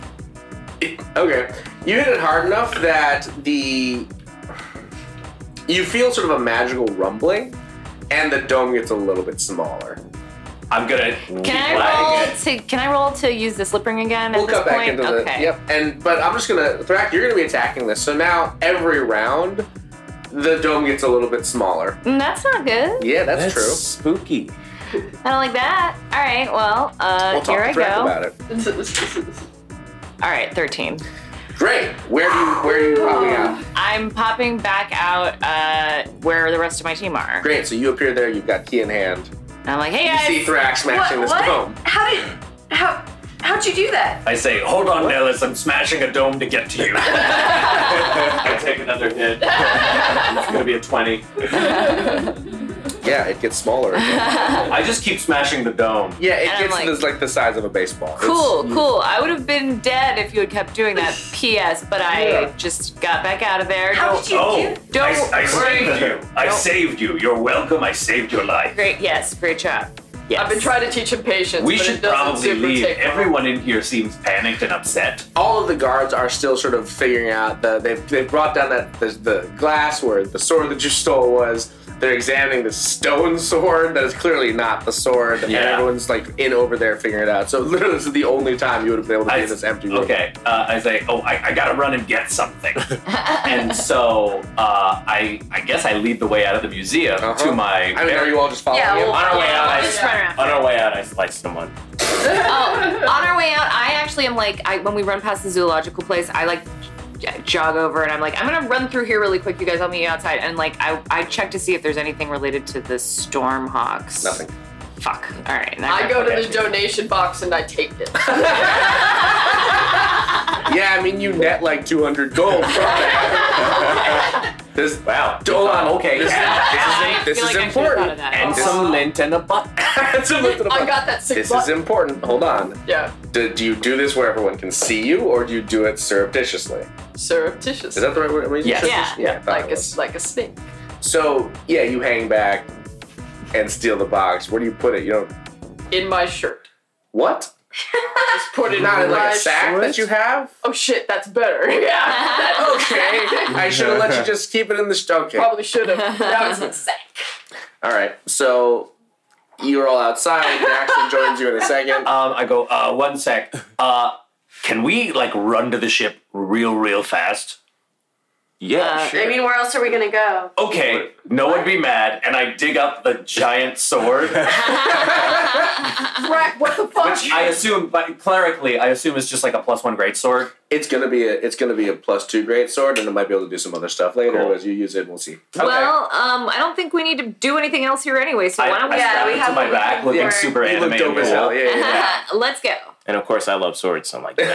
B: it- okay. You hit it hard enough that the you feel sort of a magical rumbling and the dome gets a little bit smaller.
D: I'm gonna.
I: Can I roll to can I roll to use this lip ring again
B: We'll
I: at this
B: cut back
I: point?
B: into the
I: okay.
B: Yep. And but I'm just gonna Thrak, you're gonna be attacking this. So now every round the dome gets a little bit smaller.
I: Mm, That's not good.
B: Yeah, that's, true.
F: Spooky.
I: I don't like that. All right, well, uh,
B: We'll talk
I: here I
B: to Thrak
I: go.
B: about it.
I: All right, 13.
B: Great. Where do you where are you popping out?
I: I'm popping back out uh, where the rest of my team are.
B: Great, so you appear there, you've got key in hand.
I: And I'm like, hey
B: You
I: guys.
B: see Thrax smashing this dome.
G: How did how how'd you do that?
D: I say, hold on, Nellis, I'm smashing a dome to get to you. I take another hit. It's gonna be a 20.
B: Yeah, it gets smaller. Again.
D: I just keep smashing the dome.
B: yeah, it
I: And I'm
B: gets
I: like-
B: this, like the size of a baseball. It's-
I: Cool, cool. I would have been dead if you had kept doing that. P.S. But I
B: Yeah.
I: just got back out of there.
G: How
I: Don't-
G: did you
D: Oh,
G: do
I: Don't
D: I, I
I: worry.
D: saved you. I
I: Don't-
D: saved you. You're welcome. I saved your life.
I: Great, yes, great job. Yes.
E: I've been trying to teach him patience.
D: We
E: but
D: should
E: it doesn't
D: probably
E: super
D: leave.
E: Take long.
D: Everyone in here seems panicked and upset.
B: All of the guards are still sort of figuring out the they've, they've brought down that the, the glass where the sword that you stole was. They're examining the stone sword that is clearly not the sword, and
D: Yeah.
B: everyone's like in over there figuring it out. So literally, this is the only time you would have been able to be
D: I-
B: in this empty room.
D: Okay, uh, I say, oh, I, I gotta run and get something. and so uh, I, I guess I lead the way out of the museum
B: Uh-huh.
D: to my.
B: I mean, are you all just following
G: Yeah,
B: him?
G: well-
F: On our way out, I
I: just run around.
F: on our way out, I sliced someone.
I: Oh, on our way out, I actually am like, I, when we run past the zoological place, I like j- jog over and I'm like, I'm gonna run through here really quick. You guys, I'll meet you outside. And like, I, I check to see if there's anything related to the Stormhawks.
B: Nothing.
I: Fuck. All right. and
E: I go to the
F: Okay.
E: donation box and I take it.
B: Yeah, I mean, you net like 200 gold from that. this,
D: Wow.
B: Hold on,
D: Okay.
B: This,
I: I
B: this
I: feel
B: is
I: like I should've thought of
B: important.
I: that.
D: And
B: This-
D: some lint and a butt.
B: It's a little
E: I
B: bit-
E: got that sick
B: This
E: butt.
B: is important. Hold on.
E: yeah,
B: Do, do you do this where everyone can see you, or do you do it surreptitiously?
E: surreptitious.
B: Is that the right word? I mean,
D: Yes.
I: Yeah.
B: surreptitious? I thought
E: like
B: it
E: a
B: was.
E: like a snake?
B: So yeah, you hang back and steal the box. Where do you put it? You don't.
E: In my shirt.
B: What?
E: Just put it
B: Not
E: in
B: in like
E: my
B: a sack that you have.
E: Oh shit, that's better. Yeah,
I: Oh,
B: Okay. I should have let you just keep it in the. Sh- okay.
E: probably should have. That was insane.
B: All right. So you're all outside. Jackson joins you in a second.
D: Um, I go, uh, one sec. Uh, can we, like, run to the ship real, real fast?
F: Yeah.
G: I mean, where else are we gonna go?
D: Okay, no one be mad. And I dig up the giant sword.
E: Crack, what the fuck?
D: I assume, but clerically, I assume it's just like a plus one great sword.
B: It's gonna be a. It's gonna be a plus two great sword, and it might be able to do some other stuff later
D: Cool.
B: as you use it. We'll see.
I: Well, um, I don't think we need to do anything else here anyway. So
D: I,
I: why don't
D: I
I: we?
C: uh,
G: Yeah,
D: strap
G: we
D: it to
G: have
D: my
G: one
D: back, looking
G: sword.
D: super
B: You
D: anime
B: look dope
D: and
B: as
D: cool.
B: hell. Yeah, yeah, yeah.
I: Let's go.
F: And of course, I love swords, so I'm like, that.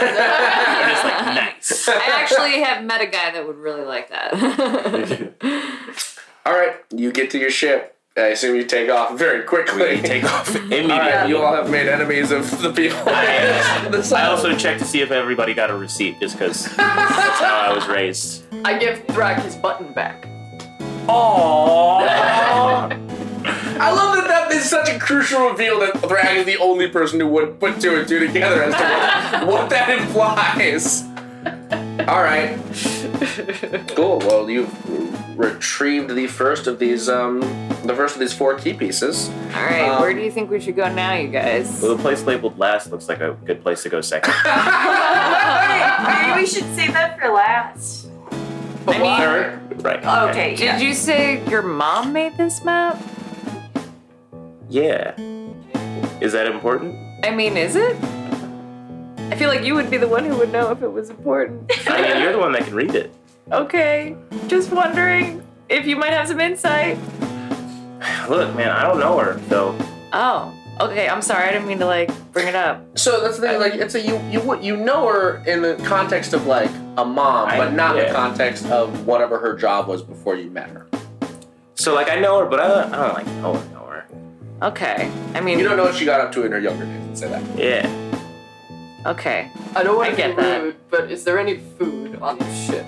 F: I'm just like, nice.
I: I actually have met a guy that would really like that.
B: All right, you get to your ship. I assume you take off very quickly.
F: We take off
B: all right,
F: immediately.
B: you all have made enemies of the people. The
F: I
B: side.
F: also checked to see if everybody got a receipt, just because that's how I was raised.
E: I give Thrak his button back.
B: I love that that is such a crucial reveal that Thrag is the only person who would put two and two together as to what, what that implies. All right. Cool. Well, you've retrieved the first of these, um, the first of these four key pieces.
I: All right,
B: Um,
I: where do you think we should go now, you guys?
F: Well, the place labeled last looks like a good place to go second.
G: Maybe we should save that for last.
I: I mean,
F: Right.
G: Okay.
I: Did you say your mom made this map?
F: Yeah. Is that important?
I: I mean, is it? I feel like you would be the one who would know if it was important.
F: I mean, you're the one that can read it.
I: okay, just wondering if you might have some insight.
F: Look, man, I don't know her, so
I: Oh, Okay, I'm sorry. I didn't mean to like bring it up.
B: So that's the thing. Like, it's a you you would- you know her in the context of like a mom,
F: I-
B: but not in
F: yeah.
B: the context of whatever her job was before you met her.
F: So like I know her, but I don't, I don't like know her, know her.
I: Okay. I mean,
B: You don't know what she got up to in her younger days. Let's say that.
F: Yeah.
I: okay.
E: I don't want
I: I
E: to
I: get
E: get
I: that.
E: rude, but is there any food on this ship?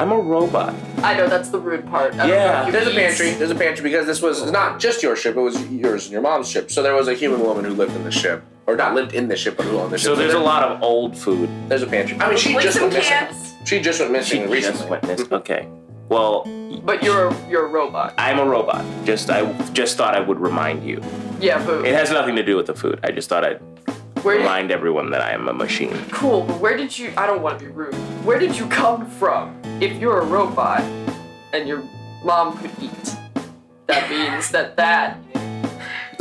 F: I'm a robot.
E: I know that's the rude part. I
F: Yeah.
E: don't know if
B: There's
E: you
B: a pantry. There's a pantry because this was not just your ship. It was yours and your mom's ship. So there was a human woman who lived in the ship, or not lived in the ship, but who owned the ship.
F: So there's a lot of old food.
B: There's a pantry. I mean, she
G: With
B: just
G: some
B: went missing.
G: cans.
B: She just went missing
F: She
B: recently.
F: just witnessed. Okay. Well,
E: eat. But you're a, you're a robot.
F: I'm a robot. Just I just thought I would remind you.
E: Yeah,
F: It
E: but
F: has nothing to do with the food. I just thought I'd
E: where did,
F: remind everyone that I am a machine.
E: cool, but where did you I don't want to be rude. Where did you come from? If you're a robot and your mom could eat, that means that that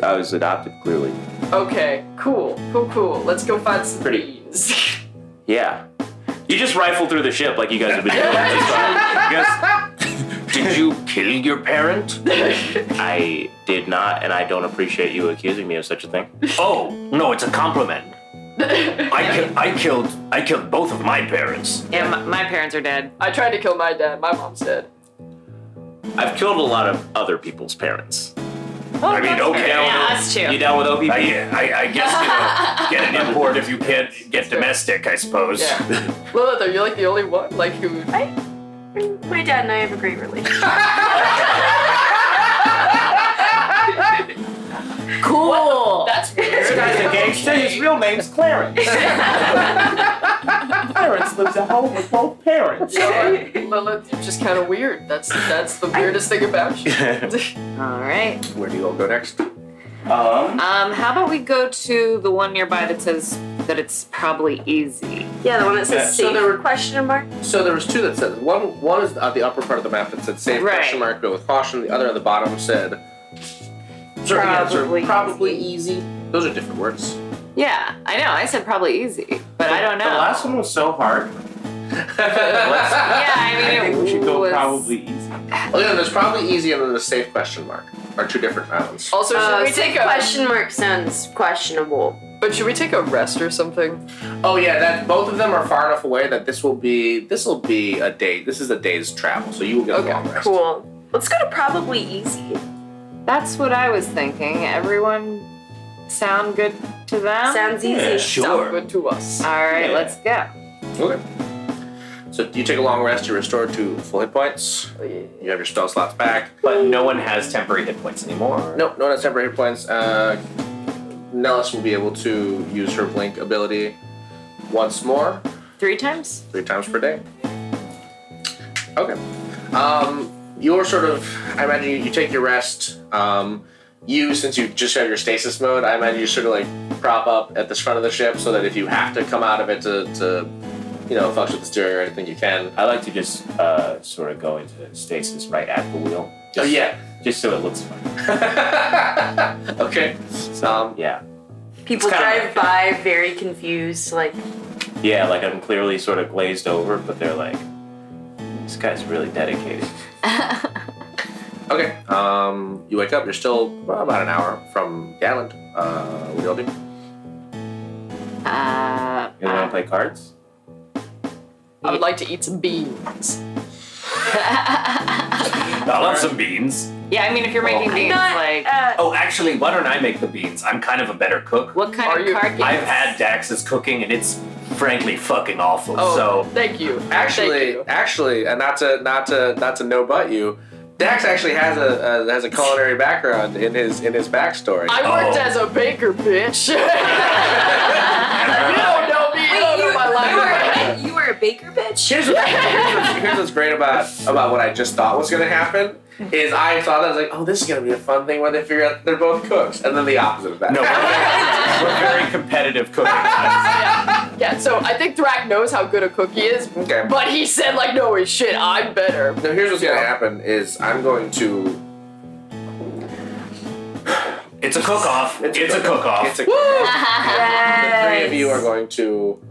F: I was adopted, clearly.
E: okay, cool, cool, cool. Let's go find some
F: Pretty-
E: beans.
F: Yeah. You just rifle through the ship like you guys have been doing. It's fine. You guys- did you kill your parent? I did not, and I don't appreciate you accusing me of such a thing.
D: Oh no, it's a compliment. I, ki- I killed I killed both of my parents.
I: Yeah, my, my parents are dead.
E: I tried to kill my dad, my mom's dead.
F: I've killed a lot of other people's parents.
I: Oh,
D: I mean,
I: that's
D: okay.
I: fair. Yeah, us
F: You
I: too.
F: down with OPP?
D: I, I, I guess you know, get an import if you can't get domestic. I suppose.
E: Yeah. Lilith, are you like the only one like who
G: My dad and I have a great relationship.
I: Cool.
E: That's weird.
F: This guy's a gangster. His real name's Clarence. Clarence lives at home with both parents.
E: Lilith, you're just kind of weird. That's that's the weirdest thing about you.
I: All right.
B: Where do you all go next?
F: Um,
I: Um, how about we go to the one nearby that says that it's probably easy?
G: Yeah, the one that
F: Yeah,
G: says
F: so
G: safe.
B: there were-
G: question mark.
B: So there was two that said one. One is at the upper part of the map that said "safe
I: Right.
B: question mark, go with caution." The other at the bottom said sort of answer,
G: Probably
B: probably easy. Those are different words.
I: Yeah, I know. I said probably easy, but I don't know.
F: The last one was so hard.
B: well,
I: yeah, I mean,
F: I
I: it
F: think we should go
I: was-
F: probably easy.
B: yeah, there's probably easy and then there's safe question mark are two different islands.
E: Also, should
G: Uh,
E: we take
G: safe
E: a
G: question mark sounds questionable.
E: But should we take a rest or something?
B: Oh yeah, that both of them are far enough away that this will be this will be a day. This is a day's travel, so you will get
E: Okay,
B: a long rest.
G: Cool. Let's go to probably easy.
I: That's what I was thinking. Everyone sound good to them?
G: Sounds easy.
E: Sound good to us.
I: All right,
F: Yeah.
I: let's go.
B: Okay. So you take a long rest. You're restored to full hit points. You have your spell slots back.
H: But no one has temporary hit points anymore.
B: Nope, no one has temporary hit points. Uh, Nellis will be able to use her blink ability once more,
I: Three times?
B: three times per day. Okay. Um, you're sort of, I imagine you, you take your rest. Um, you, since you just have your stasis mode, I imagine you sort of like prop up at the front of the ship so that if you have to come out of it to, to you know, fuck with the steering or anything, you can.
F: I like to just uh, sort of go into stasis right at the wheel.
B: Oh,
F: Just,
B: yeah.
F: Just so it looks fun.
B: okay. Um,
F: Yeah.
G: People
F: It's kinda-
G: drive by very confused, like
F: Yeah, like I'm clearly sort of glazed over, but they're like, this guy's really dedicated.
B: Okay. Um, you wake up. You're still well, about an hour from the island. Uh, what do y'all do?
I: Uh,
F: You want to play cards?
E: I would like to eat some beans.
D: I love some beans.
I: yeah, I mean, if you're making
G: I'm
I: beans,
G: not,
I: like,
G: uh,
H: Oh, actually, why don't I make the beans? I'm kind of a better cook.
I: what kind
E: Are
I: of
E: you-
I: card games?
H: I've had Dax's cooking, and it's frankly fucking awful.
E: Oh,
H: So
E: thank you.
B: Actually,
E: thank you.
B: actually, and not to not to not to no but you. Dax actually has a uh, has a culinary background in his in his backstory.
E: I worked
H: Oh.
E: as a baker, bitch. you don't know me. You don't know Oh, my
G: you were
E: life.
G: a, you were a baker bitch.
B: Here's, what- here's what's, here's what's great about about what I just thought was going to happen is I saw that I was like, oh, this is going to be a fun thing where they figure out that they're both cooks, and then the opposite of that.
H: no, we're, we're very competitive cooking.
E: Yeah, so I think Thrak knows how good a cook he is,
B: Okay.
E: but he said like, no, wait, shit, I'm better.
B: No, here's what's gonna
E: Yeah.
B: happen is I'm going to
H: It's a cook-off. It's, a cook-off.
B: it's a The three
G: Yes.
B: of you are going to.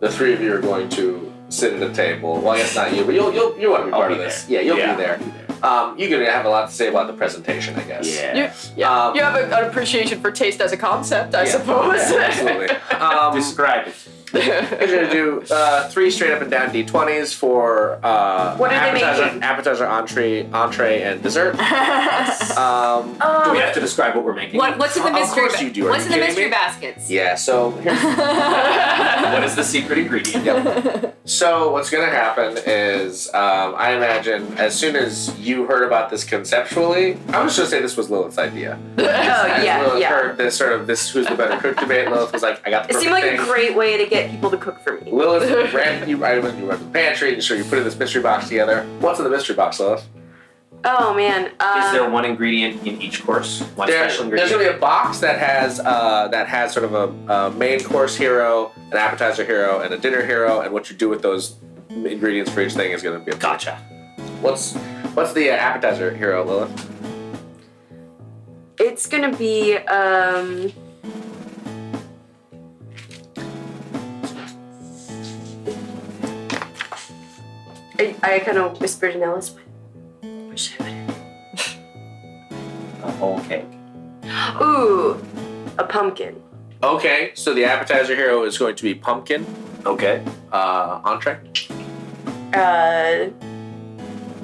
B: The three of you are going to sit at a table. Well, I guess not you, but you'll you'll you want to be part
F: be
B: of this.
F: there.
B: Yeah, you'll
H: Yeah.
B: be there. Um, you're gonna have a lot to say about the presentation, I guess.
J: Yeah.
E: You, yeah.
B: Um,
E: you have a, an appreciation for taste as a concept, I suppose.
B: Yeah, absolutely. Um,
J: Describe it.
B: We're gonna do uh, three straight up and down d20s for uh,
K: What are they
B: appetizer,
K: making?
B: appetizer, entree, entree, and dessert. um,
K: Oh.
L: Do we have to describe what we're making?
I: What, what's in the
B: Of
I: mystery?
B: course you do. Are
I: What's
B: you
I: in the
B: kidding
I: mystery
B: me?
I: baskets?
B: yeah, so here's,
L: what is the secret ingredient?
B: so what's gonna happen is um, I imagine as soon as you heard about this conceptually, I'm just gonna say this was Lilith's idea.
K: Oh yeah,
B: Lilith
K: yeah.
B: heard this sort of this who's the better cook debate. Lilith was like, I got the
K: It
B: perfect
K: seemed like a
B: thing.
K: great way to get people to cook for me.
B: Lilith ran you I went you went to the pantry and sure you put in this mystery box together. What's in the mystery box, Lilith?
K: Oh man. Um,
H: Is there one ingredient in each course? One
B: There-
H: special
B: there's gonna
H: ingredient?
B: be a box that has uh, that has sort of a, a main course hero, an appetizer hero, and a dinner hero, and what you do with those ingredients for each thing is gonna be. up to you.
H: Gotcha.
B: What's what's the uh, appetizer hero, Lilith?
K: It's gonna be um. I, I kind of whispered in Alice, what, what should I put in?
H: A whole cake.
K: Ooh, a pumpkin.
B: Okay, so the appetizer hero is going to be pumpkin
L: Okay.
B: uh, entree.
K: Uh,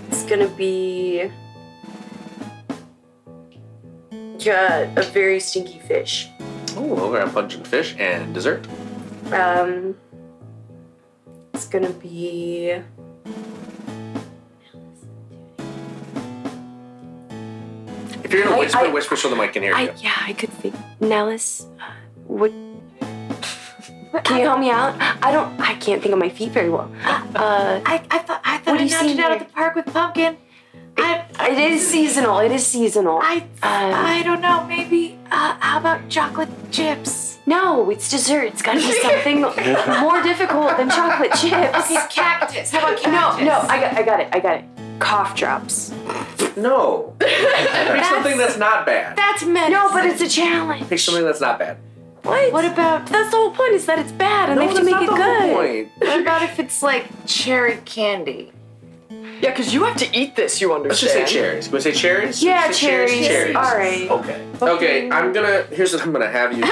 K: it's gonna be yeah, a very stinky fish.
B: Ooh, over a pungent fish and dessert.
K: Um, it's gonna be.
B: If you're gonna
K: I-
B: whisper,
K: I-
B: whisper so the mic can hear you.
K: I, yeah, I could think. Nellis, what? Can you help me out? I don't. I can't think on my feet very well. Uh,
I: I, I thought I
K: What
I: thought
K: do
I: I
K: you see
I: knocked it out
K: here?
I: of the park with pumpkin. I
K: it is seasonal. It is seasonal.
I: I I don't know. Maybe uh, how about chocolate chips?
K: no, it's dessert. It's got to be something more difficult than chocolate chips.
I: Okay, cactus. How about
K: No,
I: cactus?
K: no, I got, I got it. I got it. Cough drops.
B: No, pick something that's not bad.
I: that's medicine.
K: No, but it's a challenge.
B: Pick something that's not bad.
K: What?
I: What about
K: That's the whole point. Is that it's bad, and
B: No,
K: they have to
B: that's
K: make
B: not
K: it
B: the whole
K: good.
B: point.
I: what about if it's like cherry candy?
E: yeah, because you have to eat this, you
B: Let's just
E: understand.
B: say cherries. Can we say cherries?
K: Yeah,
B: Let's say cherries.
K: cherries.
B: Cherries.
K: All right.
H: Oh.
L: Okay.
B: Okay, I'm gonna. Here's what I'm gonna have you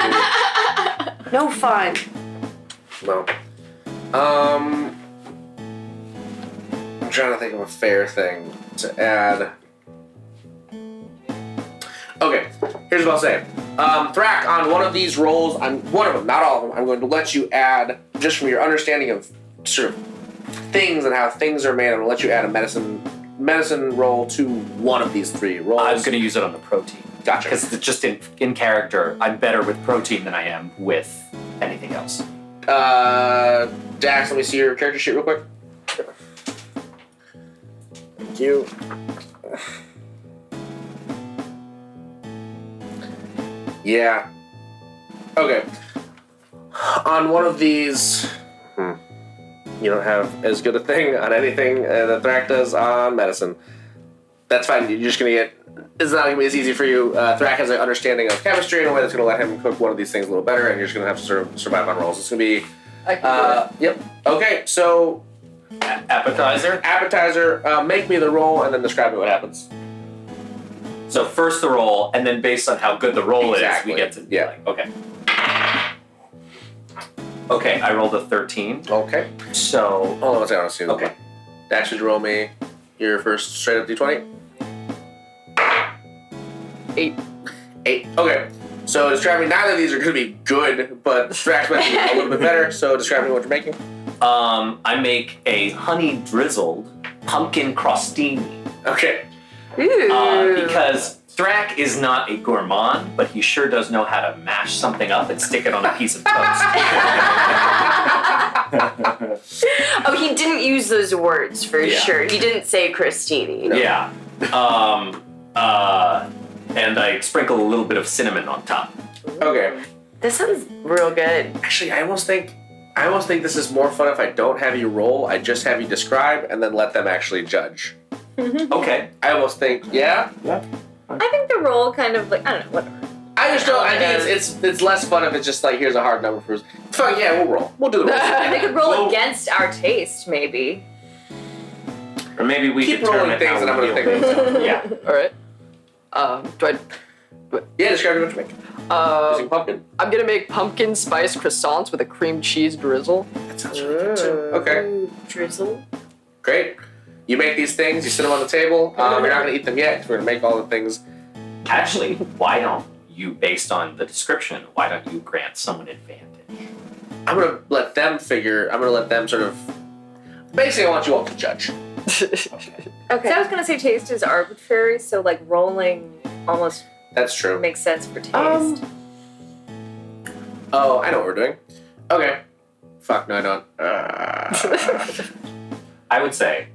B: do.
K: No fun.
B: well, um, I'm trying to think of a fair thing to add. Okay, here's what I'll say. Um, Thrack, on one of these rolls, on one of them, not all of them, I'm going to let you add just from your understanding of sort of things and how things are made. I'm gonna let you add a medicine medicine roll to one of these three rolls.
H: I was going to use it on the protein.
B: Gotcha.
H: Because just in, in character, I'm better with protein than I am with anything else.
B: Uh, Dax, let me see your character sheet real quick. Thank you. Yeah. Okay. On one of these, hmm, you don't have as good a thing on anything uh, that Thrak does on medicine. That's fine. You're just gonna get. It's not gonna be as easy for you. Uh, Thrak has an understanding of chemistry in a way that's gonna let him cook one of these things a little better, and you're just gonna have to sort of survive on rolls. It's gonna be.
E: I can
B: Uh, yep. Okay. So
H: A- appetizer.
B: appetizer, uh, make me the roll, and then describe me what happens.
H: So first the roll, and then based on how good the roll
B: Exactly.
H: is, we get to be
B: Yeah.
H: like, okay. Okay, I rolled a 13.
B: Okay.
H: So
B: Hold on one second. I'll see.
H: okay,
B: Dax, would you roll me your first straight up d20?
E: Eight.
B: Eight. Okay. So describe me. Neither of these are going to be good, but Strax might be a little bit better. So describe me what you're making.
H: um, I make a honey drizzled pumpkin crostini.
B: Okay.
K: Ooh.
H: Uh, because Thrak is not a gourmand, but he sure does know how to mash something up and stick it on a piece of toast.
K: oh, he didn't use those words for
H: Yeah.
K: sure. He didn't say Christini.
H: yeah. Um, uh, and I sprinkle a little bit of cinnamon on top.
B: Okay.
K: This sounds real good.
B: Actually, I almost think. I almost think this is more fun if I don't have you roll. I just have you describe and then let them actually judge. Mm-hmm.
H: Okay.
B: I almost think, yeah,
I: I think the roll kind of like I don't know. Whatever.
B: I just don't. I think it's, it's it's less fun if it's just like here's a hard number for us. Fuck yeah, we'll roll. We'll do the roll.
I: They could roll
B: Well-
I: against our taste, maybe.
F: Or maybe we
B: Keep rolling
F: determine
B: things,
F: how
B: and I'm
F: we
B: gonna
F: deal
B: think.
F: with
B: of something.
D: Yeah.
E: All right. Um, do I?
B: Yeah, describe what you make.
E: Uh,
B: Using pumpkin.
E: I'm gonna make pumpkin spice croissants with a cream cheese drizzle.
B: That sounds really good too. Okay.
G: drizzle.
B: Great. You make these things, you sit them on the table. Um, you're not going to eat them yet. 'cause We're going to make all the things.
H: Actually, why don't you, based on the description, why don't you grant someone advantage?
B: I'm going to let them figure. I'm going to let them sort of. Basically, I want you all to judge.
I: Okay. So I was gonna say taste is arbitrary, so like rolling almost
B: That's true.
I: makes sense for taste.
B: Um, Oh, I know what we're doing. Okay. Fuck, no, I don't. Uh,
H: I would say,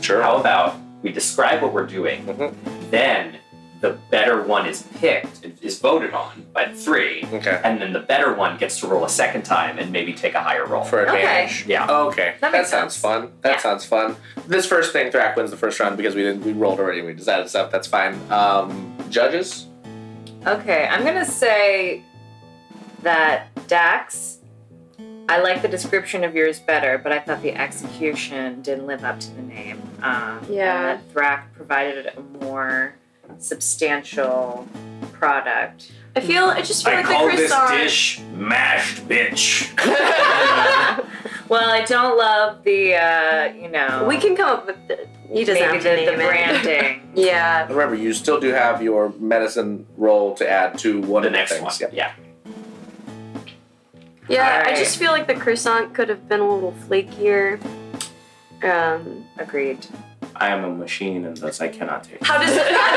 B: sure.
H: how about we describe what we're doing,
B: Mhm.
H: then the better one is picked, is voted on by three,
B: Okay.
H: and then the better one gets to roll a second time and maybe take a higher roll.
B: For
I: Okay.
B: advantage.
H: yeah.
B: Oh, Okay, that,
I: That makes
B: sounds fun. That
I: Yeah.
B: sounds fun. This first thing, Thrak wins the first round because we didn't we rolled already. We decided stuff. That's fine. Um, judges.
I: Okay, I'm gonna say that Dax. I like the description of yours better, but I thought the execution didn't live up to the name. Um,
G: Yeah.
I: And that Thrak provided a more substantial product.
G: I feel. I just feel
D: I
G: like
D: call
G: the
D: this
G: croissant.
D: dish mashed bitch.
I: Well, I don't love the, uh, you know,
G: We can come up with. The, he doesn't
I: maybe
G: have to
I: the,
G: name
I: the
G: it.
I: branding.
G: Yeah.
B: Remember, you still do have your medicine roll to add to one
H: The
B: of the
H: next
B: things.
H: one.
B: Yep.
H: Yeah.
G: Yeah. I
I: Alright.
G: just feel like the croissant could have been a little flakier. Um.
I: Agreed.
F: I am a machine and thus I cannot take
G: How does it? how,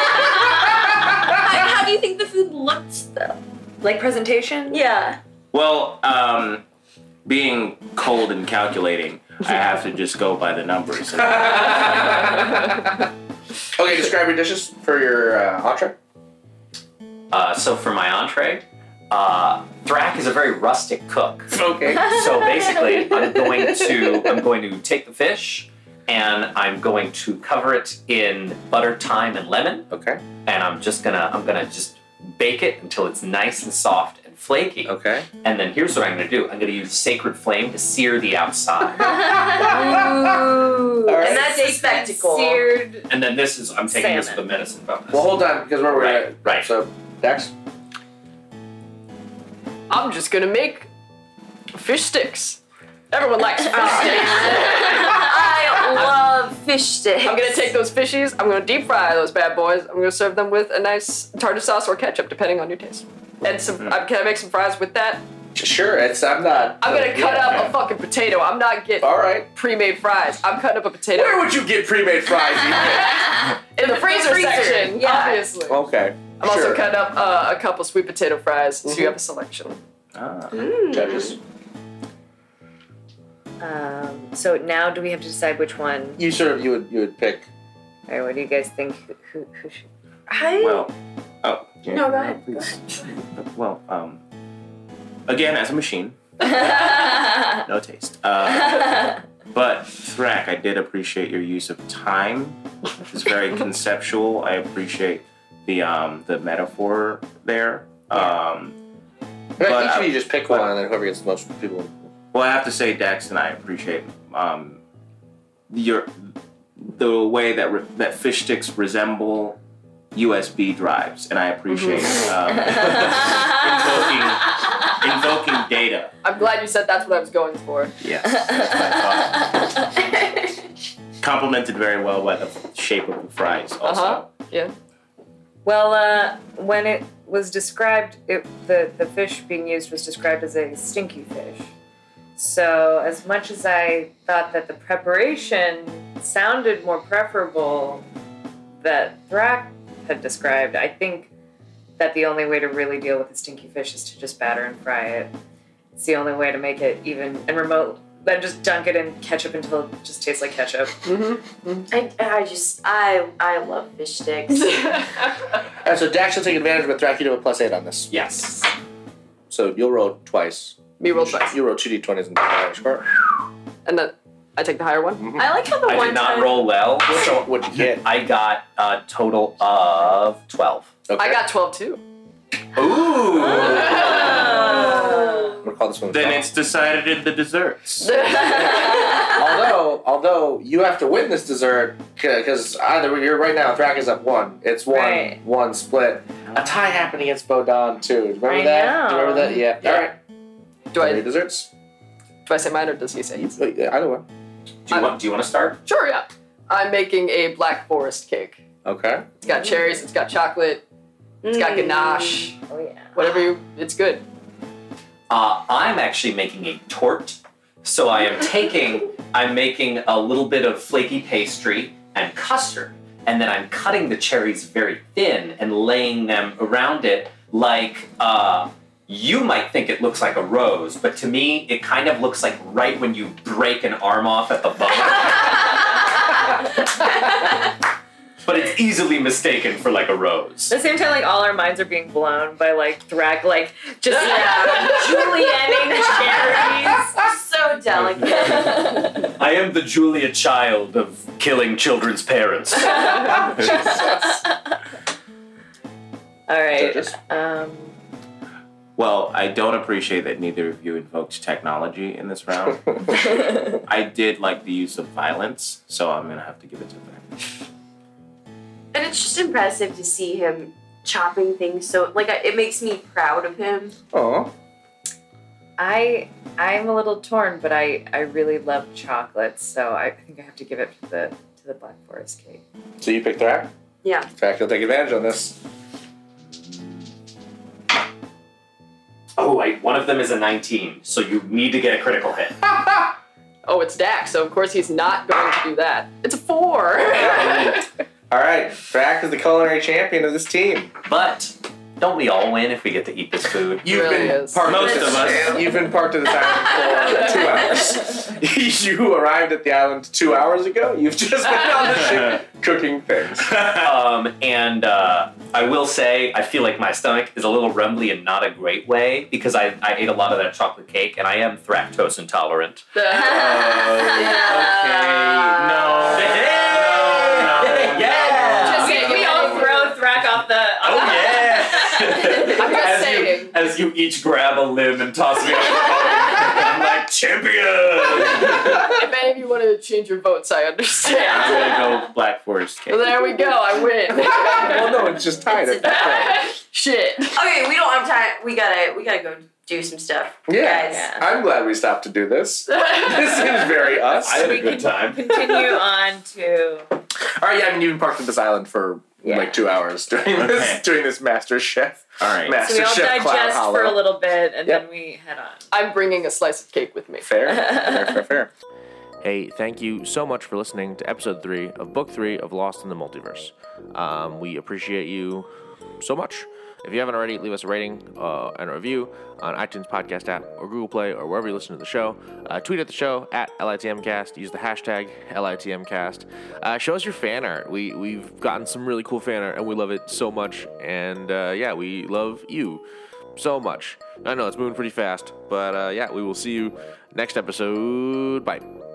G: how do you think the food looked though?
I: Like presentation?
G: Yeah.
F: Well, um, being cold and calculating, I have to just go by the numbers.
H: Uh,
B: Okay, describe your dishes for your uh, entree.
H: Uh, so for my entree, uh, Thrak is a very rustic cook.
B: Okay.
H: so basically i'm going to i'm going to take the fish and i'm going to cover it in butter thyme and lemon
B: okay.
H: and i'm just gonna i'm gonna just bake it until it's nice and soft and flaky
B: Okay.
H: and then here's what i'm gonna do i'm gonna use sacred flame to sear the outside
I: Ooh.
B: All right.
G: And that's a spectacle.
I: Seared.
H: and then this is i'm taking this with the
I: Salmon.
H: medicine bonus
B: Well, hold on, because remember we're
H: Right,
B: gonna-
H: right.
B: So, Dex.
E: I'm just gonna make fish sticks. Everyone likes fish sticks.
G: I love fish sticks.
E: I'm gonna take those fishies. I'm gonna deep fry those bad boys. I'm gonna serve them with a nice tartar sauce or ketchup, depending on your taste. And some,
B: Mm-hmm.
E: I, can I make some fries with that?
B: Sure, it's I'm not.
E: I'm gonna cut
B: Yeah.
E: up a fucking potato. I'm not getting
B: All right.
E: pre-made fries. I'm cutting up a potato
B: Where would you get pre-made fries? you
E: in the freezer,
G: freezer,
E: section.
G: yeah.
E: Obviously.
B: bitch? okay.
E: I'm
B: sure. Mm-hmm.
E: also cutting up uh, a couple sweet potato fries, so you have a selection.
H: Ah,
B: Judges.
I: Um, so now do we have to decide which one?
B: You sort of you would you would pick.
I: All right, what do you guys think? Who, who, who should...
G: I,
F: well, oh. yeah,
G: No, go ahead, go
F: please. Well, um, again, as a machine, no taste. Uh, but, Thrak, I did appreciate your use of time. It's very conceptual. I appreciate the um, the metaphor there. Um, But,
B: each
F: uh,
B: of you just pick
F: but-
B: one, and then whoever gets the most people.
F: Well, I have to say, Dex, and I appreciate um, your the way that re- that fish sticks resemble USB drives, and I appreciate um, invoking invoking data.
E: I'm glad you said that's what I was going for.
F: Yes, that's what I thought. Complemented very well by the shape of the fries. Also,
E: Uh-huh. Yeah.
I: Well, uh, when it was described, it, the the fish being used was described as a stinky fish. So, as much as I thought that the preparation sounded more preferable that Thrak had described, I think that the only way to really deal with a stinky fish is to just batter and fry it. It's the only way to make it even and remote. Then just dunk it in ketchup until it just tastes like ketchup.
G: I, I just, I, I love fish sticks.
B: All right, so Dax will take advantage, but Thrak, you have a plus eight on this.
H: yes
B: So you'll roll twice.
E: Me roll twice.
B: You roll two d20s and take the higher score.
E: And then I take the higher one.
G: I like how the
H: i
G: one
H: did not
G: time
H: roll well
B: Which one would you get?
H: i got a total of 12
B: Okay.
E: I got 12 too.
G: Oh.
B: We'll call this one.
F: then it's decided in the desserts.
B: although, although you have to win this dessert because either you're right now, Thrak is up one. It's one
I: Right.
B: one split. A tie happened against Bodon too. Do you Remember
I: I
B: that? Do you
I: know.
B: remember that? Yeah. All right.
E: Do
B: Any
E: I
B: desserts?
E: do I say mine or does he say his?
B: Wait, yeah, Either one.
H: Do you want? Do you want to start?
E: Sure, yeah. I'm making a black forest cake.
B: Okay.
E: It's got cherries. It's got chocolate. It's got ganache.
I: Oh yeah.
E: Whatever you, it's good.
H: Uh, I'm actually making a torte. So I am taking, I'm making a little bit of flaky pastry and custard, and then I'm cutting the cherries very thin and laying them around it like. Uh, you might think it looks like a rose, but to me, it kind of looks like right when you break an arm off at the bone. but it's easily mistaken for like a rose.
I: At the same time, like all our minds are being blown by like Thrag, like just
G: Yeah.
I: julienning
G: Uh,
I: cherries.
G: so delicate.
H: I am the Julia Child of killing children's parents.
I: All right.
B: Judges?
I: Um,
F: Well, I don't appreciate that neither of you invoked technology in this round. I did like the use of violence, so I'm gonna have to give it to them.
G: and it's just impressive to see him chopping things so like I- it makes me proud of him.
B: Oh.
I: I I'm a little torn, but I I really love chocolate, so I think I have to give it to the to the Black Forest cake.
B: So you picked Thrak.
G: Yeah.
B: Thrak, you'll take advantage on this.
H: Oh, I, one of them is a 19, so you need to get a critical hit.
E: Oh, it's Dak, so of course he's not going to do that. It's a four.
B: All right. Thrak is the culinary champion of this team.
H: But don't we all win if we get to eat this food?
B: You've
E: Really
B: been
E: is.
B: parked
F: Most
B: at
F: of
B: this-
F: us.
B: You've been parked at this island for two hours. you arrived at the island two hours ago. You've just been on the ship cooking things.
H: um, and uh, I will say, I feel like my stomach is a little rumbly in not a great way because I, I ate a lot of that chocolate cake and I am lactose intolerant.
E: uh,
F: Okay, no.
H: yeah!
E: Just-
C: we, we all throw Thrak off the.
H: Oh yeah!
E: I'm just
H: as
E: saying.
H: You, as you each grab a limb and toss me on the phone, I'm like champion.
E: if any of you want to change your votes, I
F: I'm
E: understand.
F: gonna go Black Forest cake.
E: there we go. I win.
B: well, no, it's just tied at that
E: Shit.
G: Okay, we don't have time. We gotta we gotta go do some stuff.
B: point. Yeah.
G: Guys.
B: I'm glad we stopped to do this. This seems very us.
F: I had a good time.
C: Continue on to.
B: All right, yeah, I mean, you've been parked at this island for
C: Yeah.
B: like two hours during
F: Okay.
B: this during this Master Chef.
F: All right.
B: Master
C: So we all
B: Chef Cloud
C: digest
B: Hollow.
C: for a little bit and
B: Yep.
C: then we head on.
E: I'm bringing a slice of cake with me.
B: fair, fair, fair, fair.
M: Hey, thank you so much for listening to episode three of book three of Lost in the Multiverse. Um, we appreciate you so much. If you haven't already, leave us a rating uh, and a review on iTunes podcast app or Google Play or wherever you listen to the show. Uh, tweet at the show at LITMcast. Use the hashtag LITMcast. Uh, show us your fan art. We, we've gotten some really cool fan art and we love it so much. And uh, yeah, we love you so much. I know it's moving pretty fast, but uh, yeah, we will see you next episode. Bye.